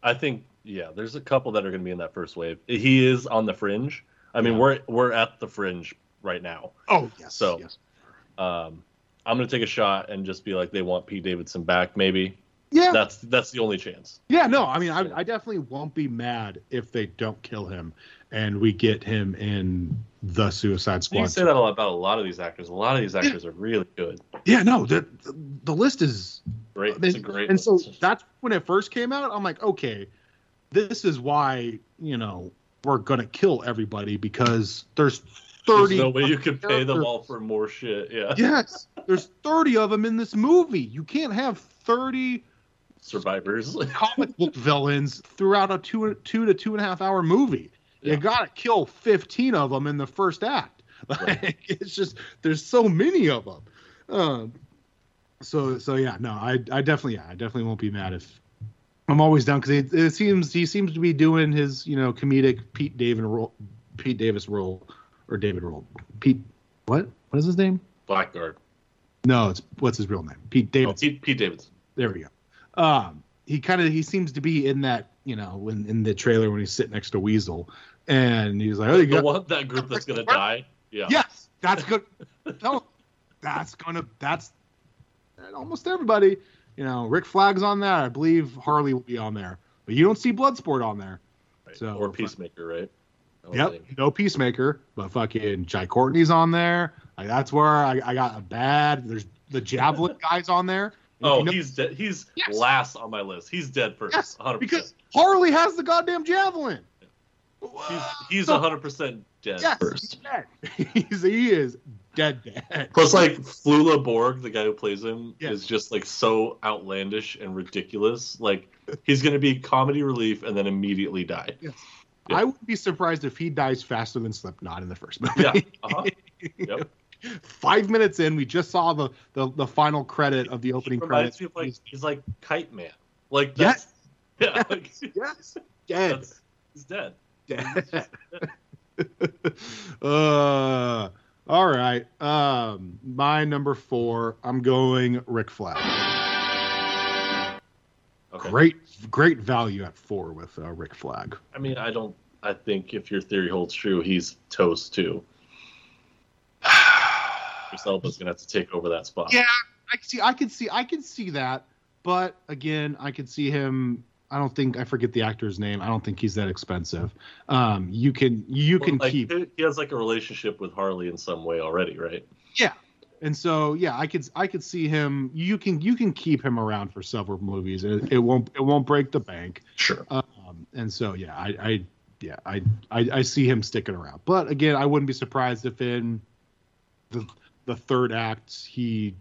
S3: I think yeah, there's a couple that are going to be in that first wave. He is on the fringe. I mean, we're we're at the fringe right now.
S2: Oh yes.
S3: So-
S2: yes.
S3: Um, I'm going to take a shot and just be like, they want Pete Davidson back. Maybe
S2: yeah,
S3: that's that's the only chance.
S2: yeah. No, I mean, I, I definitely won't be mad if they don't kill him and we get him in the Suicide
S3: You
S2: Squad.
S3: say that a lot about a lot of these actors. A lot of these actors are really good.
S2: Yeah, no, the the list is
S3: Great,
S2: I mean,
S3: it's a great.
S2: and so
S3: list.
S2: that's when it first came out. I'm like, okay, this is why you know we're gonna kill everybody because there's
S3: there's
S2: thirty.
S3: no way you could pay them
S2: characters.
S3: all for more shit. Yeah,
S2: yes, there's thirty of them in this movie. You can't have thirty
S3: survivors.
S2: comic book villains throughout a two two to two and a half hour movie.
S3: Yeah.
S2: You gotta kill fifteen of them in the first act. Like, It's just there's so many of them. Um, so so yeah, no, I I definitely yeah, I definitely won't be mad if I'm always down because it, it seems he seems to be doing his you know comedic Pete David role, Pete Davis role or David role. Pete what what is his name?
S3: Blackguard.
S2: Oh. No, it's what's his real name? Pete
S3: Oh,
S2: Davidson.
S3: Pete, Pete Davidson.
S2: There we go. Um, he kind of he seems to be in that you know when in the trailer when he's sitting next to Weasel, and he's like, oh, you
S3: The
S2: got
S3: one that group that's gonna die. Yeah.
S2: yes, that's good. no, that's gonna that's and almost everybody. You know, Rick Flag's on that. I believe Harley will be on there, but you don't see Bloodsport on there.
S3: Right.
S2: So-
S3: or Peacemaker, right? I don't
S2: Yep,
S3: think-
S2: no Peacemaker, but fucking Jai Courtney's on there. Like that's where I, I got a bad. There's the Javelin guys on there.
S3: Oh,
S2: You know-
S3: he's dead. He's
S2: Yes.
S3: last on my list. He's dead first.
S2: Yes,
S3: 100%.
S2: because Harley has the goddamn javelin.
S3: he's he's
S2: So-
S3: 100% dead
S2: Yes, he's
S3: first.
S2: dead. He's, he is dead dead.
S3: Plus, like Flula Borg, the guy who plays him,
S2: Yeah.
S3: is just like so outlandish and ridiculous. Like he's gonna be comedy relief and then immediately die.
S2: I would be surprised if he dies faster than Slipknot in the first movie.
S3: Yeah. Uh-huh. Yep.
S2: Five minutes in, we just saw the the, the final credit of the
S3: He
S2: opening
S3: reminds
S2: credits.
S3: me of like he's like Kite Man. Like that's,
S2: yes,
S3: yeah, like,
S2: yes, dead,
S3: that's he's dead.
S2: dead. uh, all right. Um, my number four. I'm going Rick Flag.
S3: Okay.
S2: Great, great value at four with uh, Rick Flag.
S3: I mean, I don't. I think if your theory holds true, he's toast too. Chris Elba's gonna have to take over that spot.
S2: Yeah. I can see, I could see, I could see that, but again, I could see him. I don't think I forget the actor's name. I don't think he's that expensive. Um, you can, you
S3: Well,
S2: can
S3: like,
S2: keep,
S3: He he has like a relationship with Harley in some way already, right?
S2: and so yeah, I could, I could see him. You can, you can keep him around for several movies. It, it won't, it won't break the bank.
S3: Sure.
S2: Um, and so yeah, I, I yeah, I, I, I see him sticking around. But again, I wouldn't be surprised if in the the third act he,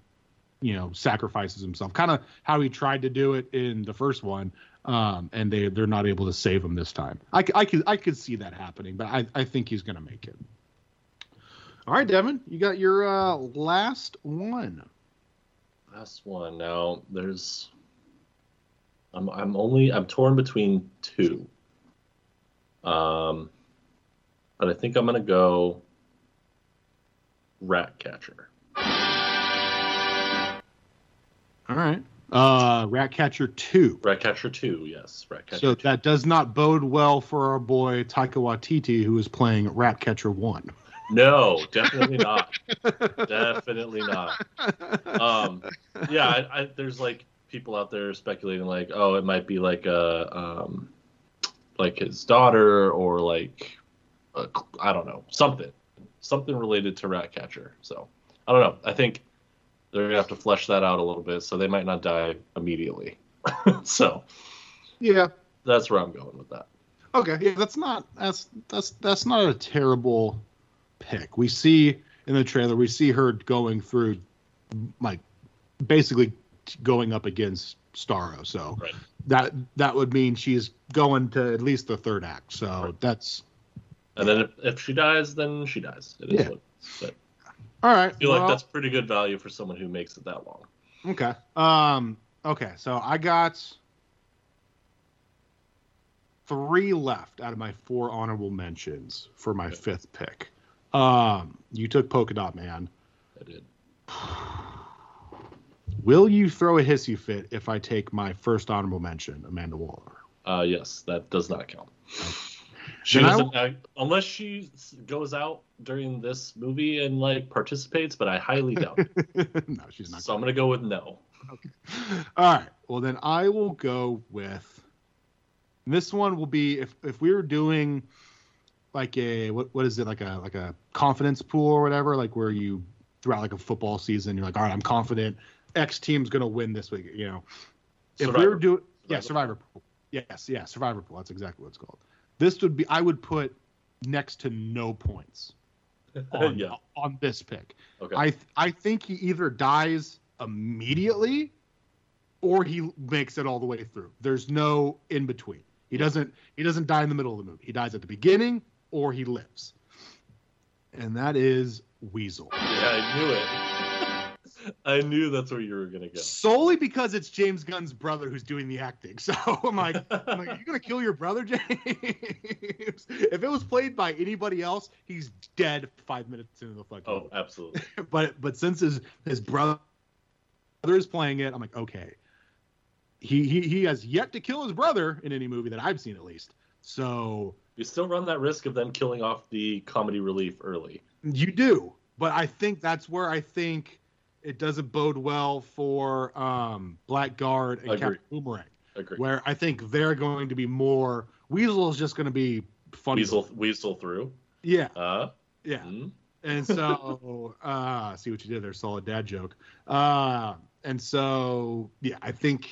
S2: you know, sacrifices himself, kind of how he tried to do it in the first one. Um, and they they're not able to save him this time. I, c- I could I could see that happening, but I, I think he's gonna make it. All right, Devin, you got your uh, last one.
S3: Last one. Now there's. I'm I'm only I'm torn between two. Um, but I think I'm gonna go. Rat catcher.
S2: All right, uh, Ratcatcher two.
S3: Rat catcher two. Yes, rat catcher.
S2: So that does not bode well for our boy Taika Waititi, who is playing Ratcatcher One.
S3: No, definitely not. definitely not. Um, yeah, I, I, there's like people out there speculating like, oh, it might be like a um, like his daughter or like a, I don't know something something related to Ratcatcher. So I don't know. I think they're gonna have to flesh that out a little bit, so they might not die immediately. so
S2: yeah.
S3: that's where I'm going with that.
S2: Okay. Yeah, that's not that's that's that's not a terrible pick. We see in the trailer, we see her going through, like, basically going up against Starro. So
S3: Right.
S2: that that would mean she's going to at least the third act. So that's
S3: And then if, if she dies, then she dies. It is
S2: Yeah.
S3: what, but
S2: all right.
S3: I feel like
S2: well-
S3: that's pretty good value for someone who makes it that long.
S2: Okay. Um. Okay. So I got three left out of my four honorable mentions for my fifth pick. Um, you took Polka Dot Man.
S3: I did.
S2: Will you throw a hissy fit if I take my first honorable mention, Amanda Waller?
S3: Uh, yes, that does not count. She
S2: Then I
S3: doesn't, uh, unless she s- goes out during this movie and like participates, but I highly doubt. It.
S2: no, she's not.
S3: so I'm gonna go with no.
S2: All right. Well, then I will go with this one. Will be if if we were doing like a what what is it like a like a confidence pool or whatever like where you throughout like a football season you're like all right I'm confident X team's gonna win this week you know if we
S3: Survivor.
S2: were doing yeah survivor pool yes yeah survivor pool that's exactly what it's called this would be I would put next to no points on
S3: Yeah.
S2: on this pick
S3: Okay.
S2: I th- I think he either dies immediately or he makes it all the way through. There's no in between. He doesn't he doesn't die in the middle of the movie. He dies at the beginning or he lives. And that is Weasel.
S3: yeah, I knew it. I knew that's where you were gonna go.
S2: Solely because it's James Gunn's brother who's doing the acting. So I'm like, I'm like, you're gonna kill your brother, James. if it was played by anybody else, he's dead five minutes into the fucking. movie.
S3: Oh, absolutely.
S2: but but since his his brother is playing it, I'm like, okay. He he he has yet to kill his brother in any movie that I've seen at least. So
S3: You still run that risk of them killing off the comedy relief early.
S2: you do, but I think that's where I think it doesn't bode well for um, Blackguard and
S3: Agree.
S2: Captain Boomerang,
S3: Agree.
S2: where I think they're going to be more. Weasel is just going to be funny.
S3: Weasel, weasel through.
S2: Yeah,
S3: Uh,
S2: yeah.
S3: hmm.
S2: And so, uh, see what you did there, solid dad joke. Uh, and so, yeah, I think,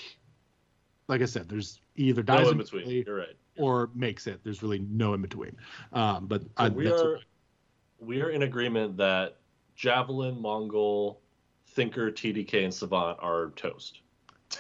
S2: like I said, there's either dies
S3: no in
S2: in
S3: between.
S2: between
S3: You're right.
S2: or makes it. There's really no in between. Um, but I,
S3: So we
S2: that's-
S3: are we are in agreement that javelin, mongol, thinker, TDK, and savant are toast.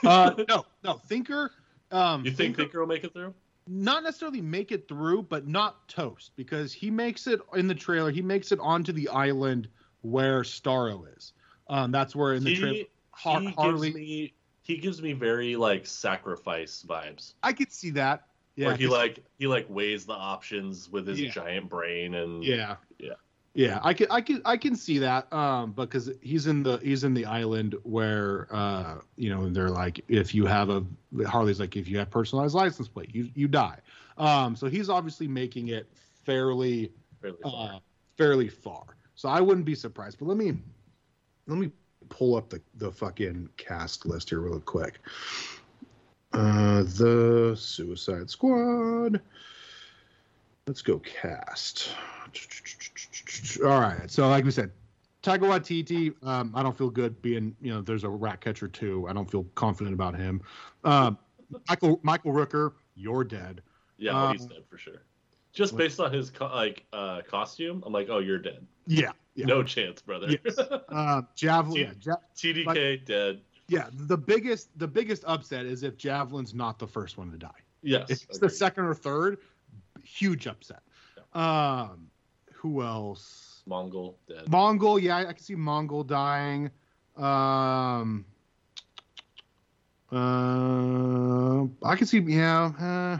S2: uh, no, no, Thinker. Um,
S3: You think
S2: Thinker-
S3: thinker will make it through?
S2: not necessarily make it through, but not toast because he makes it in the trailer. He makes it onto the island where Starro is. Um, that's where in the
S3: He-
S2: trailer, Har-
S3: he
S2: Harley.
S3: gives me he gives me very like sacrifice vibes.
S2: I could see that. Yeah,
S3: Where he
S2: 'cause-
S3: like he like weighs the options with his
S2: Yeah.
S3: giant brain and
S2: Yeah.
S3: Yeah.
S2: Yeah, I can I can I can see that um because he's in the he's in the island where uh you know they're like if you have a Harley's like if you have personalized license plate you you die. Um so he's obviously making it fairly
S3: fairly far.
S2: uh, fairly far. So I wouldn't be surprised. But let me let me pull up the the fucking cast list here real quick. Uh, the Suicide Squad. Let's go cast. All right. So like we said, Taika Waititi. Um, I don't feel good being you know there's a rat catcher too. I don't feel confident about him. Um, Michael Michael Rooker, you're dead.
S3: yeah, well, he's
S2: um,
S3: dead for sure. Just
S2: what-
S3: based on his co- like uh, costume, I'm like, oh, you're dead.
S2: Yeah. Yeah.
S3: No chance, brother.
S2: Yes. Uh, Javelin.
S3: Dude.
S2: Yeah, Ja-
S3: TDK dead.
S2: Yeah, the biggest the biggest upset is if Javelin's not the first one to die.
S3: Yes,
S2: If it's the
S3: agreed.
S2: second or third, huge upset. Um, who else?
S3: Mongol dead.
S2: Mongol, yeah, I, I can see Mongol dying. Um, uh, I can see, yeah, uh,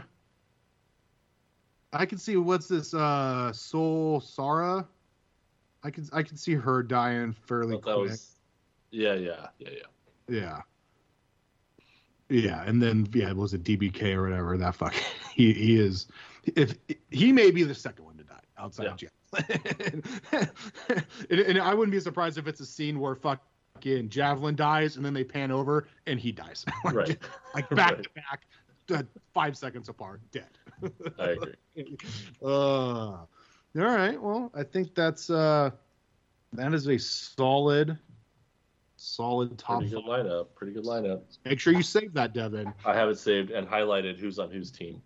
S2: I can see what's this? Uh, Soul Sara. I can I can see her dying fairly
S3: Thought that
S2: quick.
S3: was. Yeah, yeah, yeah, yeah.
S2: Yeah. Yeah, and then yeah, was it DBK or whatever? That fuck, he he is. If he may be the second one to die outside of jail, and, and I wouldn't be surprised if it's a scene where fucking Javelin dies, and then they pan over and he dies, like,
S3: Right.
S2: like back
S3: Right.
S2: to back, uh, five seconds apart, dead.
S3: I agree.
S2: Uh, all right. Well, I think that's uh, that is a solid, solid top.
S3: Pretty good
S2: five.
S3: lineup. Pretty good lineup.
S2: Make sure you save that, Devin.
S3: I have it saved and highlighted who's on whose team.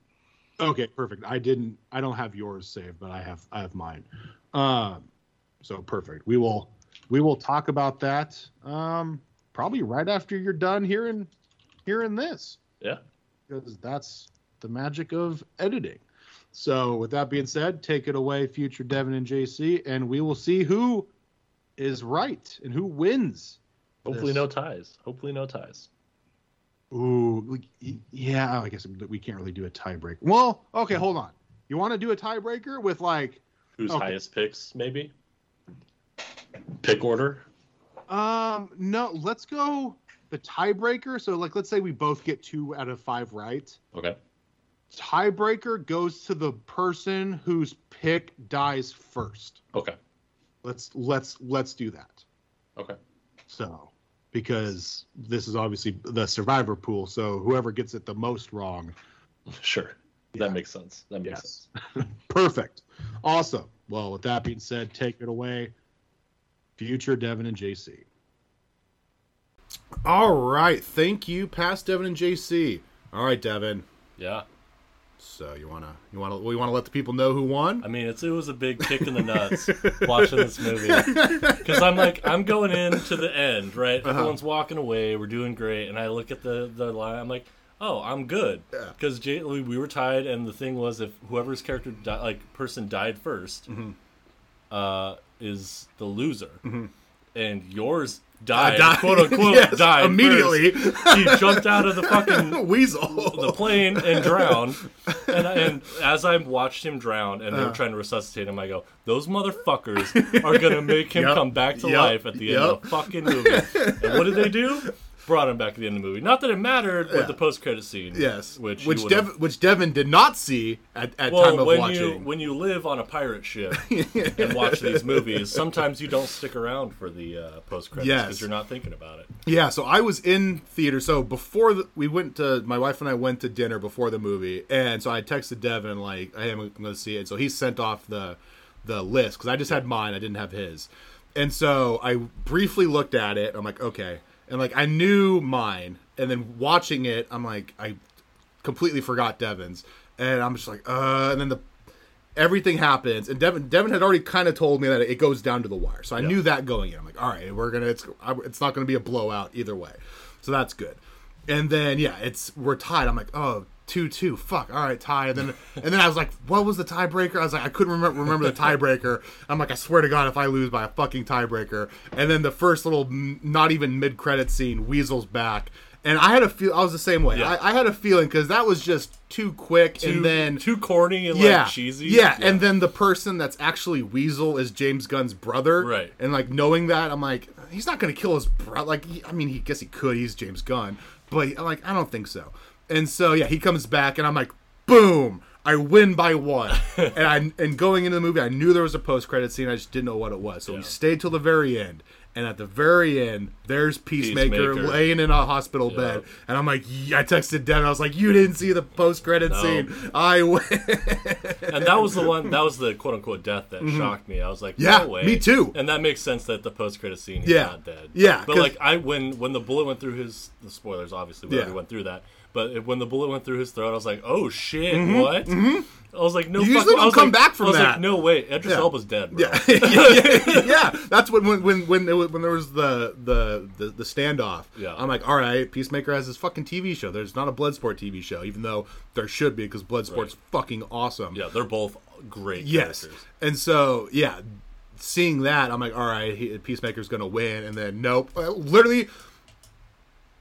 S2: Okay, perfect. I didn't. I don't have yours saved, but I have. I have mine. Um, so perfect. We will. We will talk about that. Um, probably right after you're done hearing, hearing this.
S3: Yeah.
S2: Because that's the magic of editing. So with that being said, take it away, future Devin and JC, and we will see who is right and who wins.
S3: Hopefully
S2: This-
S3: no ties. Hopefully no ties.
S7: Ooh, we- yeah. I guess we can't really do a tiebreaker. Well, okay, hold on. You want to do a tiebreaker with like,
S8: Who's
S7: Okay.
S8: highest picks, maybe? Pick order?
S7: um, no, let's go the tiebreaker. So like, let's say we both get two out of five right.
S8: Okay.
S7: Tiebreaker goes to the person whose pick dies first.
S8: Okay.
S7: Let's let's let's do that.
S8: Okay.
S7: So, because this is obviously the survivor pool, so whoever gets it the most wrong.
S8: Sure.
S7: Yeah.
S8: That makes sense. That makes
S7: Yes.
S8: sense.
S7: Perfect. Awesome. Well, with that being said, take it away. Future Devin and JC.
S2: All right. Thank you, past Devin and JC. All right, Devin.
S3: Yeah.
S2: So you wanna you wanna we wanna let the people know who won?
S3: I mean, it's, it was a big kick in the nuts watching this movie because I'm like, I'm going in to the end, right?
S2: Uh-huh.
S3: Everyone's walking away, we're doing great, and I look at the the line, I'm like, oh, I'm good because we we were tied, and the thing was, if whoever's character di- like person died 1st
S2: Mm-hmm.
S3: uh, is the loser, and yours died,
S2: died.
S3: quote unquote,
S2: Yes,
S3: died
S2: immediately.
S3: first. She jumped out of the fucking the
S2: Weasel.
S3: plane and drown. And, and as I watched him drown and they
S2: Uh.
S3: were trying to resuscitate him, I go, those motherfuckers are going to make him
S2: Yep,
S3: come back to
S2: yep,
S3: life at the end of the fucking movie. and what did they do? Brought him back at the end of the movie. Not that it mattered with the post credit scene.
S2: Yes. Which
S3: Which, you
S2: which,
S3: would've-
S2: Dev, which Devin did not see at, at
S3: well,
S2: time of
S3: when you
S2: watching.
S3: when you live on a pirate ship and watch these movies, sometimes you don't stick around for the uh, post credits because
S2: Yes.
S3: you're not thinking about it.
S2: Yeah, so I was in theater. So before the, we went to, my wife and I went to dinner before the movie, and so I texted Devin like, "Hey, I'm going to see it." So he sent off the the list because I just had mine, I didn't have his, and so I briefly looked at it. I'm like, okay, and like I knew mine, and then watching it, I'm like, I completely forgot Devin's, and I'm just like, uh, and then the everything happens, and Devin Devin had already kind of told me that it goes down to the wire, so I knew that going in. I'm like, all right, we're gonna it's I- it's not gonna be a blowout either way, so that's good. And then yeah, it's we're tied. I'm like, oh. Two two, fuck. All right, tie. And then and then I was like, what was the tiebreaker? I was like, I couldn't remember remember the tiebreaker. I'm like, I swear to God, if I lose by a fucking tiebreaker. And then the first little, m- not even mid credit scene, Weasel's back, and I had a feel. I was the same way.
S3: Yeah.
S2: I, I had a feeling because that was just too quick,
S3: Too-
S2: and then
S3: too corny and
S2: yeah,
S3: like cheesy.
S2: Yeah. and then the person that's actually Weasel is James Gunn's brother.
S3: Right.
S2: And like knowing that, I'm like, he's not gonna kill his brother. Like, he, I mean, he guess he could. He's James Gunn, but I'm like, I don't think so. And so yeah, he comes back, and I'm like, boom, I win by one. and I and going into the movie, I knew there was a post credit scene. I just didn't know what it was. So we stayed till the very end. And at the very end, there's Peacemaker,
S3: Peacemaker.
S2: laying in a hospital bed. And I'm like, yeah, I texted Devin. I was like, you didn't see the post credit scene. I win.
S3: and that was the one that was the quote unquote death that shocked me. I was like,
S2: Mm-hmm. Yeah,
S3: no way.
S2: me too.
S3: And that makes sense that the post credit scene he's
S2: Yeah.
S3: not dead.
S2: Yeah,
S3: But
S2: 'cause-
S3: like I when when the bullet went through his the spoilers obviously we already
S2: Yeah.
S3: went through that. But it, when the bullet went through his throat, I was like, "Oh shit! What?" I was like, "No,
S2: Mm-hmm, usually
S3: fucking- I
S2: don't
S3: was
S2: come
S3: like-
S2: back from
S3: I was like,
S2: that.
S3: "No way, Idris
S2: Yeah.
S3: Elba's dead." Bro.
S2: Yeah, yeah, yeah. That's when when when when, it was, when there was the, the the the standoff.
S3: Yeah.
S2: I'm like, all right, Peacemaker has his fucking TV show. There's not a Bloodsport TV show, even though there should be because Bloodsport's fucking awesome.
S3: Yeah, they're both great.
S2: Yes.
S3: characters.
S2: And so yeah, seeing that, I'm like, all right, he, Peacemaker's gonna win, and then nope. Uh, Literally,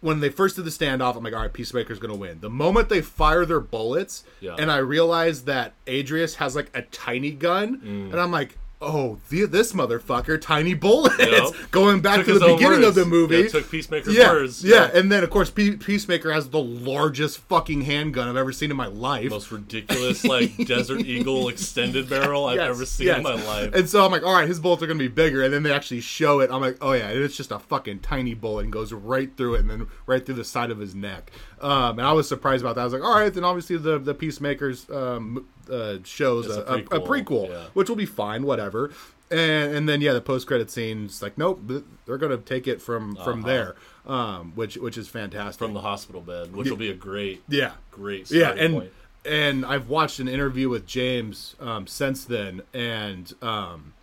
S2: when they first did the standoff, I'm like, all right, Peacemaker's gonna win. The moment they fire their bullets,
S3: Yeah.
S2: and I realize that Adrius has like a tiny gun,
S3: Mm.
S2: and I'm like, oh, the, this motherfucker, tiny bullets.
S3: Yep.
S2: Going back
S3: Took
S2: to
S3: his
S2: the
S3: own
S2: beginning of
S3: words.
S2: the movie,
S3: Yeah, took Peacemaker's
S2: yeah,
S3: words.
S2: yeah, and then of course, Pe- Peacemaker has the largest fucking handgun I've ever seen in my life.
S3: most ridiculous like Desert Eagle extended barrel I've
S2: Yes,
S3: ever seen
S2: yes.
S3: in my life.
S2: And so I'm like, all right, his bullets are gonna be bigger, and then they actually show it. I'm like, oh yeah, and it's just a fucking tiny bullet and goes right through it, and then right through the side of his neck. Um, and I was surprised about that. I was like, all right, then obviously the the Peacemaker's um, uh, shows
S3: It's
S2: a,
S3: a
S2: a
S3: prequel,
S2: prequel,
S3: yeah.
S2: which will be fine, whatever. And, and then yeah, the post credit scene's like, nope, th- they're gonna take it from from there, um, which which is fantastic.
S3: Uh-huh. from the hospital bed, which will be a great,
S2: yeah,
S3: great
S2: yeah,
S3: starting
S2: and
S3: point.
S2: and I've watched an interview with James um, since then, and um,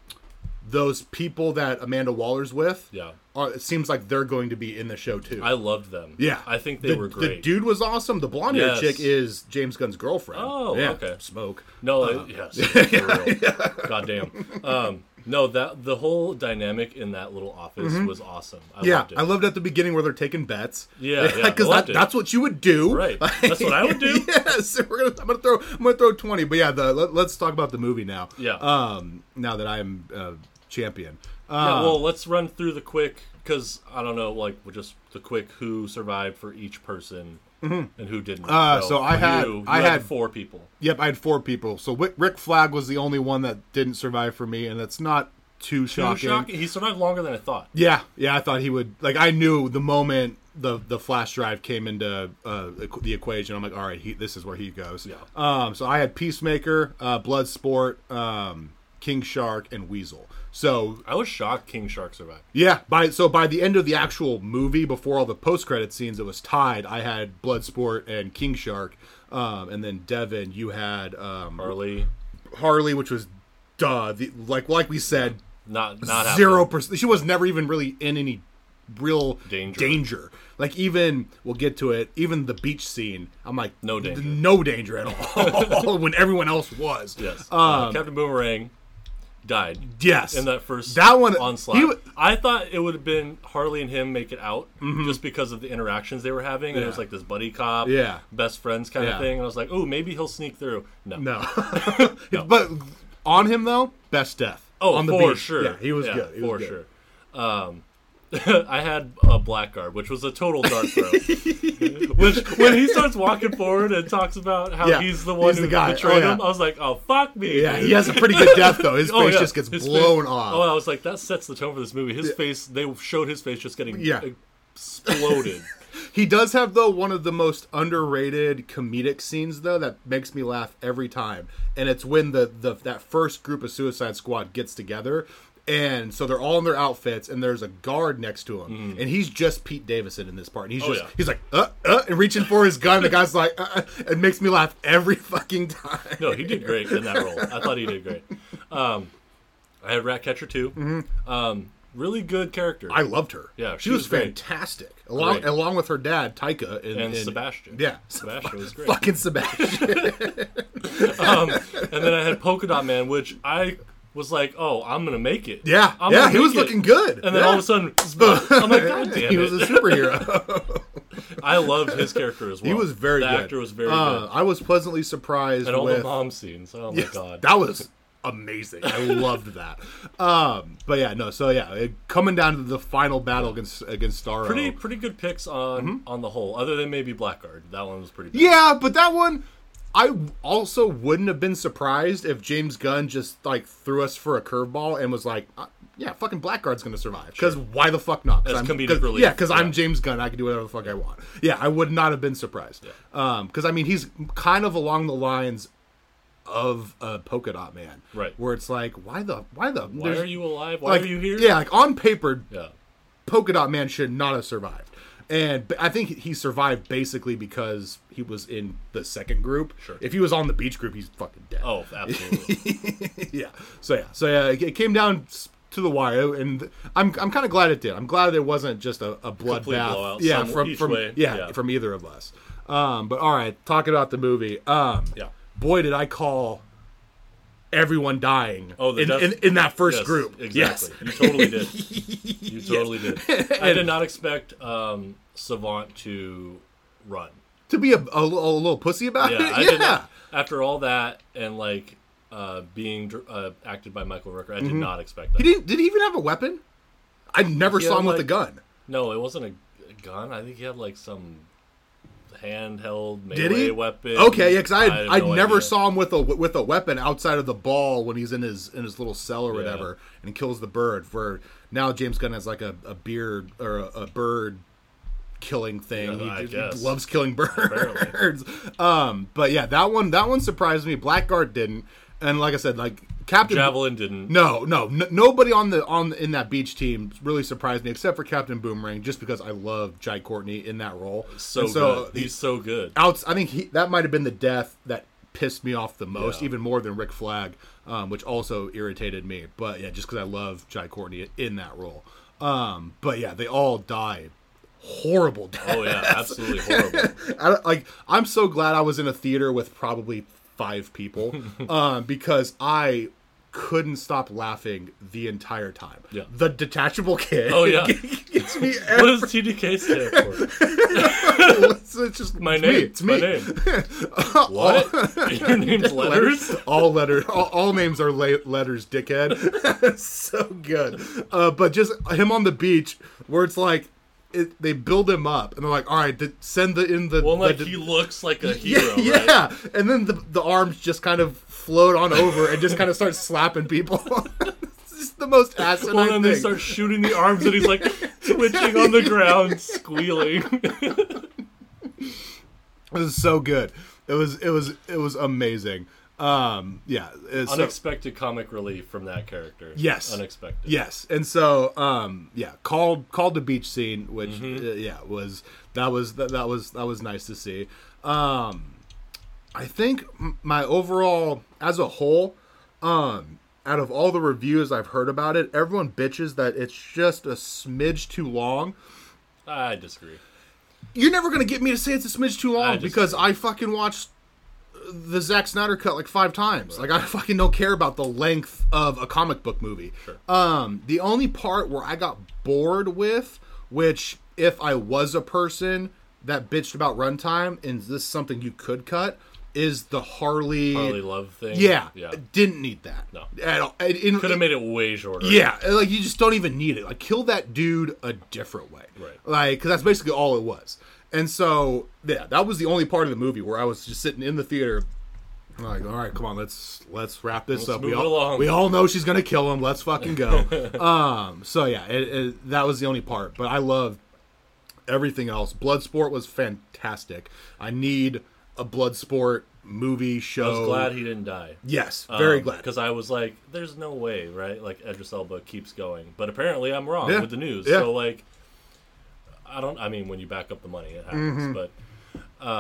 S2: those people that Amanda Waller's with,
S3: Yeah.
S2: are, it seems like they're going to be in the show too.
S3: I loved them.
S2: yeah,
S3: I think they
S2: the,
S3: were
S2: The
S3: great.
S2: dude was awesome. The blonde haired
S3: Yes.
S2: chick is James Gunn's girlfriend.
S3: Oh,
S2: Yeah,
S3: okay.
S2: Smoke.
S3: No, uh, yes, for real. goddamn. Um, No, that the whole dynamic in that little office was awesome. I
S2: Mm-hmm. yeah,
S3: loved it.
S2: I loved at the beginning where they're taking bets.
S3: Yeah, yeah, I
S2: because
S3: loved
S2: that,
S3: it.
S2: that's what you would do.
S3: Right. That's what I would do.
S2: yes, we're gonna, I'm gonna throw. I'm gonna throw twenty. But yeah, the, let, us talk about the movie now.
S3: Yeah.
S2: Um, now that I'm uh, champion.
S3: Yeah,
S2: Uh,
S3: well, let's run through the quick because I don't know, like we're just the quick who survived for each person and who didn't.
S2: Uh, so I
S3: you-
S2: had-
S3: you
S2: I had-
S3: four people.
S2: Yep, I had four people. So Wick, Rick Flag was the only one that didn't survive for me, and that's not too
S3: Too
S2: shocking.
S3: shocking. He survived longer than I thought.
S2: Yeah, yeah, I thought he would. Like, I knew the moment the the flash drive came into uh, equ- the equation. I'm like, all right, he, this is where he goes.
S3: Yeah.
S2: Um. So I had Peacemaker, uh, Bloodsport, um, King Shark, and Weasel. So
S3: I was shocked King Shark survived.
S2: yeah, by so by the end of the actual movie, before all the post credit scenes, it was tied. I had Bloodsport and King Shark, um, and then Devin, you had um,
S3: Harley,
S2: Harley, which was duh, the, like like we said,
S3: not not happening.
S2: zero percent. She was never even really in any real
S3: Danger.
S2: danger. Like even we'll get to it. Even the beach scene, I'm like
S3: No danger.
S2: no danger at all. when everyone else was,
S3: Yes, Uh, Captain Boomerang died
S2: yes,
S3: in that first
S2: That one-
S3: onslaught.
S2: he w-
S3: I thought it would have been Harley and him make it out just because of the interactions they were having. And it was
S2: Mm-hmm. Yeah.
S3: like this buddy cop,
S2: Yeah.
S3: best friends kind
S2: Yeah.
S3: of thing. And I was like, oh, maybe he'll sneak through. No,
S2: no. But on him though, best death.
S3: Oh,
S2: on the
S3: for
S2: beach.
S3: sure.
S2: Yeah, he was good. He was
S3: for
S2: good.
S3: sure. Um, I had a blackguard, which was a total dark throw. which when he starts walking forward and talks about how
S2: Yeah,
S3: he's the one
S2: he's
S3: who
S2: the guy.
S3: betrayed
S2: Oh, yeah.
S3: him, I was like, oh fuck me.
S2: Yeah, he has a pretty good death though. His face
S3: Oh, yeah.
S2: just gets
S3: His face-
S2: blown off.
S3: Oh, I was like, that sets the tone for this movie. His face, they showed his face just getting
S2: Yeah.
S3: exploded.
S2: He does have though one of the most underrated comedic scenes though that makes me laugh every time, and it's when the, the that first group of Suicide Squad gets together, and so they're all in their outfits, and there's a guard next to him, and he's just Pete Davidson in this part, and he's
S3: Mm. Oh,
S2: just
S3: yeah.
S2: he's like uh uh and reaching for his gun, the guy's like uh, uh, it makes me laugh every fucking time.
S3: no, he did great in that role. I thought he did great. Um, I had Ratcatcher too. Um, really good character.
S2: Mm-hmm. I loved her.
S3: Yeah,
S2: she,
S3: she
S2: was,
S3: was great.
S2: fantastic. Along
S3: Great.
S2: along with her dad Taika and,
S3: and
S2: and-
S3: Sebastian.
S2: Yeah,
S3: Sebastian was great.
S2: fucking Sebastian.
S3: um, and then I had Polka Dot Man, which I was like, oh, I'm gonna make it.
S2: Yeah,
S3: I'm
S2: yeah,
S3: gonna
S2: he
S3: make
S2: was
S3: it.
S2: looking good.
S3: And then all of a
S2: Yeah.
S3: sudden, I'm like, god damn
S2: he was a
S3: it!
S2: superhero.
S3: I loved his character as well.
S2: he was very
S3: the
S2: good.
S3: actor was very
S2: Uh,
S3: good.
S2: I was pleasantly surprised
S3: And all
S2: with
S3: the mom scenes. Oh my
S2: Yes,
S3: god,
S2: that was amazing. I loved that. Um, but yeah, no. So yeah, it, coming down to the final battle against against Starro.
S3: pretty pretty good picks on on the whole. Other than maybe Blackguard, that one was pretty. Bad.
S2: Mm-hmm. yeah, but that one. I also wouldn't have been surprised if James Gunn just like threw us for a curveball and was like, uh, "Yeah, fucking Blackguard's gonna survive." Because why the fuck not? 'Cause
S3: As
S2: I'm,
S3: comedic
S2: 'cause-
S3: relief,
S2: Yeah, because I'm
S3: yeah.
S2: James Gunn. I can do whatever the fuck I want. Yeah, I would not have been surprised. Um, because I mean, he's kind of along the lines of uh, Polka Dot Man,
S3: Right.
S2: Where it's like, why the, why the,
S3: Why are you alive? Why
S2: like,
S3: are you here?
S2: Yeah, like on paper,
S3: Yeah.
S2: Polka Dot Man should not have survived. And b- I think he survived basically because he was in the second group.
S3: Sure.
S2: If he was on the beach group, he's fucking dead.
S3: Oh, absolutely.
S2: yeah. So yeah. So yeah, it- it came down s- to the wire, and I'm I'm kind of glad it did. I'm glad it wasn't just a, a bloodbath.
S3: blowout,
S2: Yeah,
S3: some-
S2: from
S3: each
S2: from
S3: way.
S2: Yeah,
S3: Yeah.
S2: from either of us. Um, but all right, talking about the movie. Um,
S3: Yeah.
S2: Boy, did I call everyone dying.
S3: Oh, the
S2: in,
S3: death-
S2: in, in that first
S3: Yes,
S2: group.
S3: Exactly.
S2: Yes.
S3: You totally did. You totally did. I did not expect um, Savant to run.
S2: To be a, a, a little pussy about
S3: Yeah,
S2: it.
S3: I
S2: yeah.
S3: did not. After all that and like uh, being dr- uh, acted by Michael Rooker, I did not expect that.
S2: Mm-hmm. He didn't. Did he even have a weapon? I never
S3: Yeah,
S2: saw him with
S3: like-
S2: a gun.
S3: No, it wasn't a a gun. I think he had like some handheld melee
S2: Did he?
S3: weapon.
S2: Okay, yeah, because I
S3: have
S2: I,
S3: no
S2: never
S3: idea.
S2: saw him with a with a weapon outside of the ball when he's in his in his little cell or whatever and kills the bird. Where now James Gunn has like a, a beard or a, a bird killing thing.
S3: Yeah, I
S2: he, just
S3: guess.
S2: loves killing birds. um, but yeah, that one that one surprised me. Blackguard didn't, and like I said, like Captain
S3: Javelin didn't.
S2: No, no, n- nobody on the on in that beach team really surprised me except for Captain Boomerang, just because I love Jai Courtney in that role.
S3: So,
S2: And so
S3: good. He's so good.
S2: outs. I think he, that might have been the death that pissed me off the most,
S3: Yeah.
S2: even more than Rick Flag, um, which also irritated me. But yeah, just because I love Jai Courtney in that role. Um, but yeah, they all die horrible deaths.
S3: Oh yeah, absolutely horrible.
S2: I don't, like I'm so glad I was in a theater with probably five people um, because I couldn't stop laughing the entire time.
S3: Yeah.
S2: The detachable kid.
S3: Oh, yeah.
S2: gets me
S3: What
S2: every,
S3: does TDK stand for?
S2: it's, it's just
S3: My
S2: it's
S3: name.
S2: Me, it's me.
S3: My name. What? Your name's Oh. letters?
S2: all letters all, all names are la- letters dickhead so good uh, but just him on the beach where it's like it, they build him up and they're like all right d- send the in the
S3: Well, like
S2: the-
S3: he looks like a
S2: yeah,
S3: hero. right?
S2: yeah. and then the, the arms just kind of float on over and just kind of start slapping people it's just the most asinine
S3: Well,
S2: thing
S3: then they start shooting the arms, and he's like twitching on the ground, squealing.
S2: it was so good it was it was it was amazing um yeah it's so-
S3: Unexpected comic relief from that character.
S2: Yes.
S3: Unexpected.
S2: Yes, and so um, yeah, called called the beach scene, which uh, yeah was that was that, that was that was nice to see. Um, I think m- my overall as a whole, um, out of all the reviews I've heard about it, everyone bitches that it's just a smidge too long.
S3: I disagree.
S2: You're never gonna get me to say it's a smidge too long
S3: just-
S2: because I fucking watched the Zack Snyder cut like five times. Like I fucking don't care about the length of a comic book movie. Um, the only part where I got bored with, which if I was a person that bitched about runtime, and this is something you could cut, is the Harley.
S3: Harley Love thing.
S2: yeah,
S3: Yeah.
S2: didn't need that.
S3: No.
S2: at all. It- it-
S3: Could have made it way shorter.
S2: yeah, like you just don't even need it. Like kill that dude a different way.
S3: Right.
S2: Like cuz that's basically all it was. And so, yeah, that was the only part of the movie where I was just sitting in the theater like, all right, come on, let's let's wrap this up. We
S3: move it
S2: all
S3: along.
S2: we all know she's gonna kill him. Let's fucking go. um, so yeah, it, it, that was the only part. But I loved everything else. Bloodsport was fantastic. I need a Bloodsport movie
S3: I
S2: show.
S3: was glad he didn't die.
S2: yes, very
S3: Um,
S2: glad.
S3: Because I was like, there's no way, right? Like, Edris Elba keeps going. But apparently I'm wrong
S2: Yeah.
S3: with the news.
S2: Yeah.
S3: So, like, I don't, I mean, when you back up the money, it happens.
S2: Mm-hmm.
S3: But, um,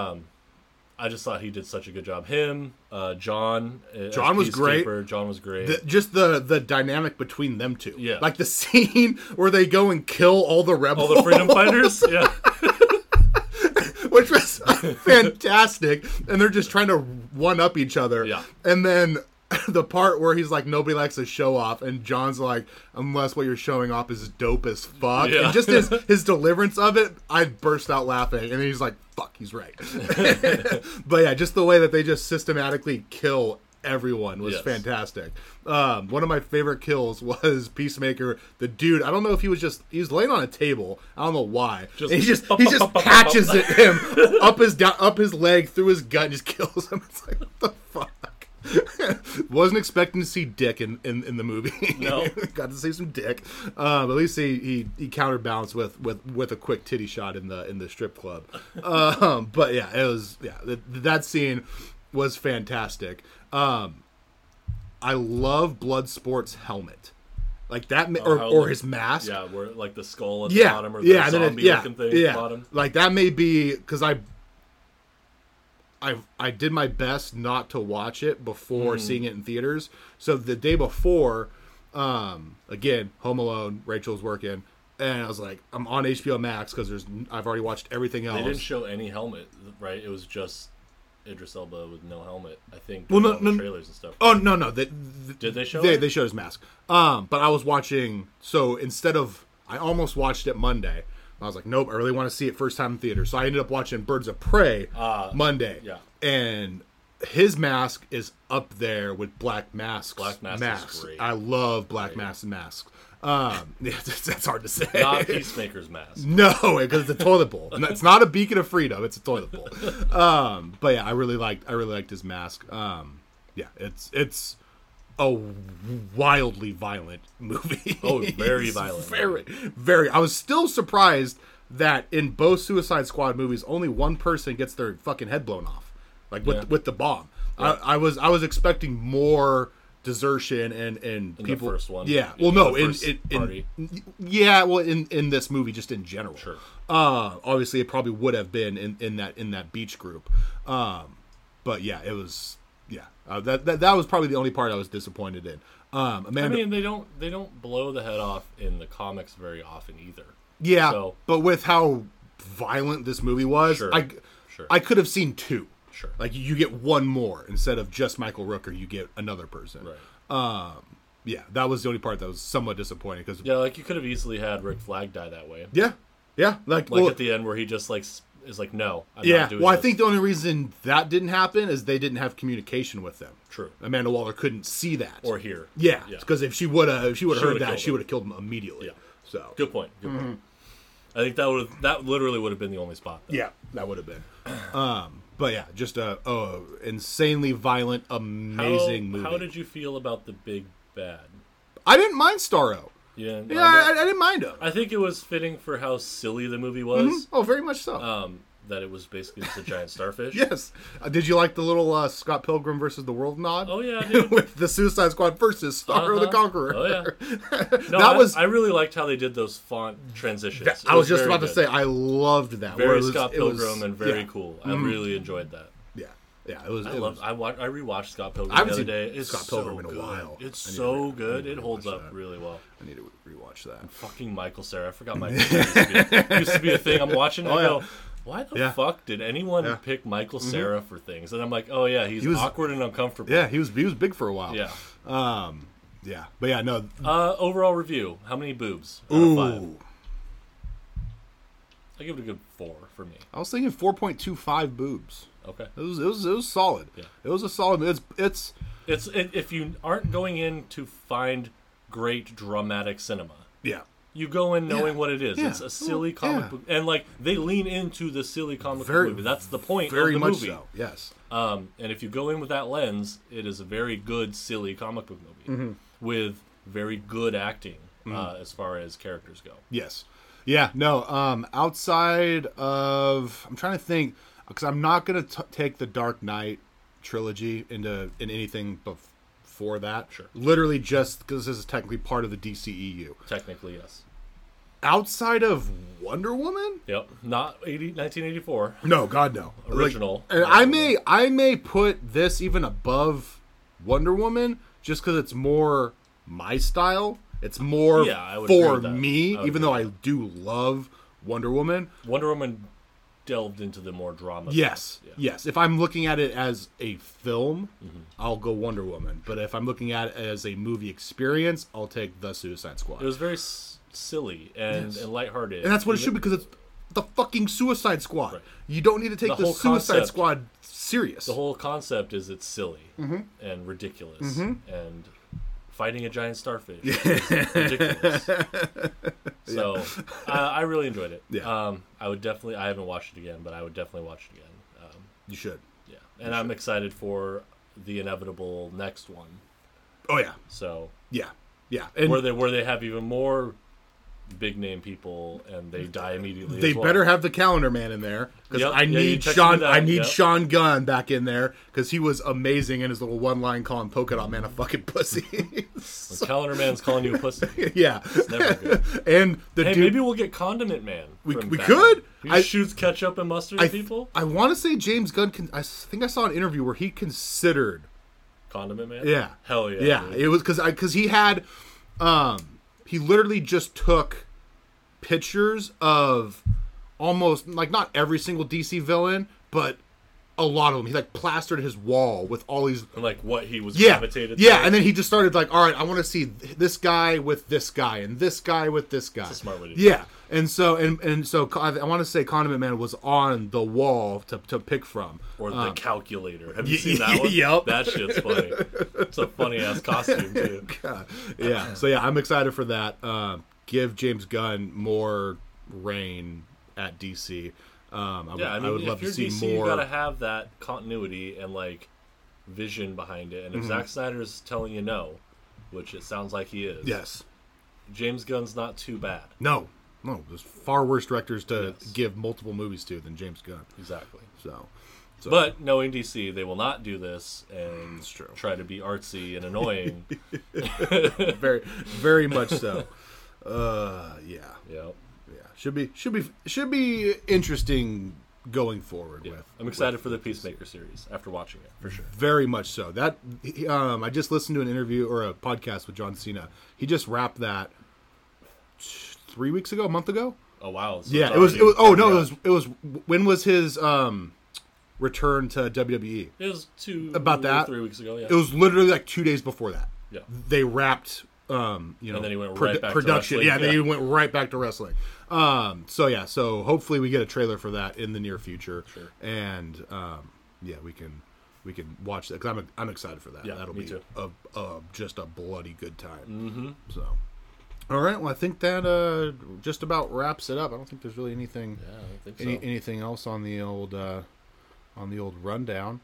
S3: I just thought he did such a good job. Him, uh, John. uh,
S2: John
S3: as
S2: was great.
S3: Peacekeeper, John was great.
S2: the, just the the dynamic between them two.
S3: Yeah.
S2: Like the scene where they go and kill all the
S3: All
S2: rebels,
S3: the freedom fighters? Yeah.
S2: which was fantastic. And they're just trying to one up each other.
S3: Yeah.
S2: And then the part where he's like, nobody likes to show off, and John's like, unless what you're showing off is dope as fuck.
S3: Yeah.
S2: And just his his deliverance of it, I burst out laughing. And then he's like, fuck, he's right. but yeah, just the way that they just systematically kill everyone was
S3: Yes.
S2: fantastic. Um, one of my favorite kills was Peacemaker. The dude, I don't know if he was just he was laying on a table. I don't know why.
S3: Just-
S2: And he just he just catches it him up his down up his leg through his gut and just kills him. It's like what the fuck. Wasn't expecting to see Dick in, in, in the movie.
S3: No.
S2: got to see some Dick. Uh, but at least he, he, he counterbalanced with, with, with a quick titty shot in the in the strip club. um, but yeah, it was yeah th- that scene was fantastic. Um, I love Bloodsport's helmet, like that, ma- or,
S3: how
S2: or
S3: the-
S2: his mask
S3: Oh, Yeah, where like the skull at the
S2: yeah,
S3: bottom or the
S2: yeah, and then it-
S3: zombie
S2: yeah,
S3: looking thing
S2: yeah.
S3: at the bottom.
S2: Like that may be because I, I, I did my best not to watch it before
S3: Hmm.
S2: seeing it in theaters. So the day before, um, again, Home Alone, Rachel's working, and I was like, I'm on HBO Max because there's I've already watched everything
S3: They didn't
S2: else.
S3: show any helmet, right? It was just Idris Elba with no helmet, I think.
S2: Well,
S3: in
S2: no-
S3: all the
S2: no-
S3: trailers and stuff.
S2: Oh no no they,
S3: Did they show
S2: they
S3: it?
S2: they showed his mask. Um, but I was watching so instead of I almost watched it Monday. I was like, nope, I really want to see it first time in theater. So I ended up watching Birds of Prey Monday.
S3: Ah, yeah.
S2: And his mask is up there with Black Mask.
S3: Black Mask is great.
S2: I love Black Mask and masks. Um, yeah, that's, that's hard to say.
S3: Not Peacemaker's mask.
S2: No, because it's a toilet bowl. And It's not a beacon of freedom. It's a toilet bowl. Um, but yeah, I really liked. I really liked his mask. Um, yeah, it's it's a wildly violent movie.
S3: Oh, very
S2: It's
S3: violent.
S2: Very, very. I was still surprised that in both Suicide Squad movies, only one person gets their fucking head blown off, like with
S3: Yeah.
S2: with the bomb. I, I was I was expecting more desertion and and
S3: the
S2: people
S3: first one.
S2: Yeah.
S3: In
S2: Well,
S3: the
S2: no, in
S3: first
S2: in, in
S3: party.
S2: yeah, well, in in this movie, just in general.
S3: Sure.
S2: Uh, obviously, it probably would have been in, in that in that beach group. Um, but yeah, it was yeah. Uh, that, that that was probably the only part I was disappointed in. Um,
S3: I
S2: Amanda,
S3: mean, they don't they don't blow the head off in the comics very often either.
S2: yeah,
S3: so-
S2: but with how violent this movie was,
S3: Sure.
S2: I
S3: Sure.
S2: I could have seen two.
S3: Sure.
S2: Like you get one more instead of just Michael Rooker, you get another person.
S3: Right.
S2: Um, yeah, that was the only part that was somewhat disappointing because yeah.
S3: Yeah, like you could have easily had Rick Flag die that way.
S2: yeah, like,
S3: Like
S2: well,
S3: at the end where he just like s- is like, no, I'm
S2: yeah.
S3: not doing
S2: Well, I
S3: this."
S2: think the only reason that didn't happen is they didn't have communication with them.
S3: true
S2: Amanda Waller couldn't see that.
S3: or here.
S2: yeah,
S3: Yeah.
S2: because if she would have, if she would
S3: She
S2: have heard
S3: would've
S2: that,
S3: killed
S2: she
S3: him.
S2: would have killed him immediately.
S3: Yeah.
S2: So
S3: Good point. Good point. I think that would that literally would have been the only spot. though.
S2: Mm-hmm. yeah, that would have been. Um, but yeah, just a oh, insanely violent,
S3: How-
S2: amazing movie.
S3: How did you feel about the big bad?
S2: I didn't mind Starro.
S3: Yeah,
S2: Yeah, I, I didn't mind him.
S3: I think it was fitting for how silly the movie was.
S2: oh, very much so.
S3: Um, that it was basically just a giant starfish.
S2: yes. Uh, did you like the little uh, Scott Pilgrim versus the World nod?
S3: Oh yeah, dude.
S2: With the Suicide Squad versus Starro the
S3: Uh-huh.
S2: Conqueror.
S3: Oh yeah. No,
S2: that
S3: I,
S2: was.
S3: I
S2: I,
S3: really liked how they did those font transitions. It
S2: was just
S3: very
S2: about to
S3: good.
S2: say I loved that. where
S3: very
S2: it was-
S3: Scott
S2: it was-
S3: Pilgrim and very
S2: yeah,
S3: cool. I really enjoyed that.
S2: Yeah, yeah. It was.
S3: I
S2: it
S3: love.
S2: was-
S3: I watch. I rewatched Scott Pilgrim
S2: I
S3: the
S2: haven't
S3: other
S2: seen
S3: day. It's
S2: Scott
S3: so
S2: Pilgrim in a
S3: good.
S2: while.
S3: It's
S2: I need to
S3: so
S2: re- I
S3: good.
S2: need to
S3: It holds
S2: rewatch
S3: up
S2: that.
S3: really well.
S2: I need to rewatch that.
S3: Fucking Michael Sarah. I forgot Michael Sarah used, to be- used to be a thing. I'm watching.
S2: Oh,
S3: I go,
S2: yeah.
S3: why the
S2: Yeah.
S3: fuck did anyone
S2: Yeah. Mm-hmm.
S3: pick Michael Sarah for things? And I'm like, oh yeah, he's
S2: He was-
S3: awkward and uncomfortable.
S2: Yeah, he was he was big for a while.
S3: Yeah.
S2: Um. Yeah, but yeah, no.
S3: Uh, overall review. How many boobs? Out of five.
S2: Ooh,
S3: I give it a good four for me.
S2: I was thinking four point two five boobs.
S3: Okay.
S2: It was it was it was solid.
S3: Yeah.
S2: It was a solid. It's it's
S3: It's it, if you aren't going in to find great dramatic cinema,
S2: yeah.
S3: you go in knowing what it is.
S2: Yeah.
S3: It's a silly
S2: Well,
S3: comic
S2: yeah.
S3: book, and like they lean into the silly comic
S2: Very-
S3: book movie. That's the point
S2: Very
S3: of the
S2: much
S3: movie.
S2: so. Yes.
S3: Um, and if you go in with that lens, it is a very good silly comic book movie
S2: Mm-hmm.
S3: with very good acting uh, as far as characters go.
S2: Yes. Yeah, no, um outside of I'm trying to think cuz I'm not going to take the Dark Knight trilogy into in anything bef- before that.
S3: Sure.
S2: Literally just cuz this is technically part of the DCEU.
S3: Technically, yes.
S2: Outside of Wonder Woman?
S3: Yep. Not 80, 1984.
S2: No, god no. Like,
S3: Original.
S2: and I may I may put this even above Wonder Woman just cuz it's more my style. It's more
S3: Yeah, I would agree
S2: for
S3: with that.
S2: me
S3: I would
S2: even
S3: agree
S2: though I do love Wonder Woman.
S3: Wonder Woman delved into the more drama.
S2: Yes,
S3: Yeah. Mm-hmm.
S2: yes. If I'm looking at it as a film, I'll go Wonder Woman. But if I'm looking at it as a movie experience, I'll take The Suicide Squad.
S3: It was very s- silly and, and lighthearted.
S2: and that's what it should
S3: Even-
S2: be because it's the fucking Suicide Squad.
S3: Right.
S2: You don't need to take
S3: The
S2: the,
S3: whole
S2: Suicide
S3: concept-
S2: Squad serious.
S3: The whole concept is it's silly
S2: Mm-hmm.
S3: and ridiculous and fighting a giant starfish. is ridiculous. So uh, I really enjoyed it.
S2: Yeah.
S3: Um, I would definitely. I haven't watched it again, but I would definitely watch it again. Um,
S2: you should.
S3: yeah, and I'm excited for the inevitable next one.
S2: Oh yeah,
S3: So
S2: yeah, yeah. And
S3: where they where they have even more big name people and they die immediately.
S2: they
S3: as well.
S2: better have the calendar man in there because
S3: Yep,
S2: I
S3: yeah, you
S2: need
S3: texted me
S2: Sean.
S3: that,
S2: I need
S3: yep.
S2: Sean Gunn back in there because he was amazing in his little one line calling Polka Dot Man a fucking pussy.
S3: The Calendar Man's calling you a pussy.
S2: yeah,
S3: Never good.
S2: and the
S3: Hey,
S2: dude.
S3: maybe we'll get Condiment Man.
S2: We-
S3: from
S2: we
S3: Batman.
S2: could.
S3: He
S2: I-
S3: shoots ketchup and mustard
S2: I
S3: at people.
S2: I want to say James Gunn. Con- I s- think I saw an interview where he considered.
S3: Condiment Man.
S2: Yeah.
S3: Hell yeah.
S2: Yeah.
S3: dude.
S2: It was because I because he had, um, he literally just took pictures of almost like not every single DC villain, but a lot of them. He like plastered his wall with all these
S3: And, like what he was
S2: yeah,
S3: gravitated.
S2: yeah,
S3: to.
S2: and then he just started like, all right, I want to see th- this guy with this guy and this guy with this guy.
S3: a smart way to do
S2: yeah, and so and and so I, I want to say Condiment Man was on the wall to to pick from.
S3: or the calculator. Have
S2: um, y-
S3: you seen that
S2: y-
S3: one?
S2: yup.
S3: That shit's funny. It's a funny ass costume too.
S2: yeah, so yeah, I'm excited for that. Um, give James Gunn more reign at DC. Um, I, would
S3: Yeah, I
S2: I,
S3: mean,
S2: would love
S3: if
S2: to
S3: you're
S2: see
S3: DC,
S2: more.
S3: you gotta have that continuity and like vision behind it. And
S2: Mm-hmm.
S3: if Zack Snyder's telling you no, which it sounds like he is,
S2: yes,
S3: James Gunn's not too bad.
S2: no, no. There's far worse directors to
S3: Yes.
S2: give multiple movies to than James Gunn.
S3: Exactly.
S2: So, so
S3: But knowing DC, they will not do this and
S2: true.
S3: try to be artsy and annoying.
S2: very, very much so. Uh, yeah,
S3: yeah,
S2: yeah. Should be, should be, should be interesting going forward with.
S3: I'm excited for the Peacemaker series after watching it for sure.
S2: Very much so. That he- um, I just listened to an interview or a podcast with John Cena. He just wrapped that t- three weeks ago, a month ago.
S3: Oh wow! so
S2: Yeah,
S3: it's
S2: it was.
S3: already-
S2: It was. Oh no, it was. It was. When was his um, return to E? WWE?
S3: It was two
S2: About that?
S3: three weeks ago. Yeah,
S2: It was literally like two days before that.
S3: Yeah.
S2: they wrapped um you know
S3: And then he went
S2: produ-
S3: right back to
S2: production
S3: wrestling.
S2: yeah, they
S3: Yeah.
S2: went right back to wrestling um so yeah so hopefully we get a trailer for that in the near future
S3: Sure.
S2: and um yeah we can we can watch that 'cause I'm, I'm excited for that
S3: Yeah,
S2: that'll
S3: me
S2: be
S3: too. Mm-hmm.
S2: A, a, just a bloody good time so all right well i think that uh just about wraps it up i don't think there's really anything
S3: I think so.
S2: any, anything else on the old uh on the old rundown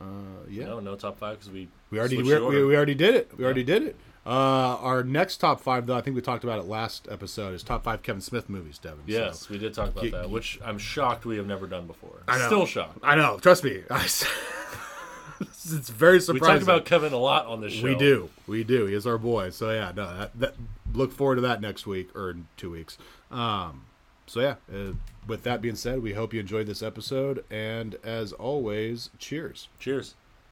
S2: uh yeah
S3: no, no top five because we
S2: we already
S3: switched
S2: we,
S3: the
S2: we,
S3: order.
S2: we already did it. We already did it. Uh, our next top five, though, I think we talked about it last episode, is top five Kevin Smith movies, Devin. so-
S3: yes, we did talk about
S2: Ye-
S3: that, which I'm shocked we have never done before.
S2: know.
S3: Still shocked.
S2: I know. Trust me. I s- it's very
S3: We
S2: surprising.
S3: talked about Kevin a lot on this show.
S2: We do. We do. He is our boy. So, yeah, no, that, that, look forward to that next week or in two weeks. Um, so, yeah, uh, with that being said, we hope you enjoyed this episode. And as always, cheers.
S3: Cheers.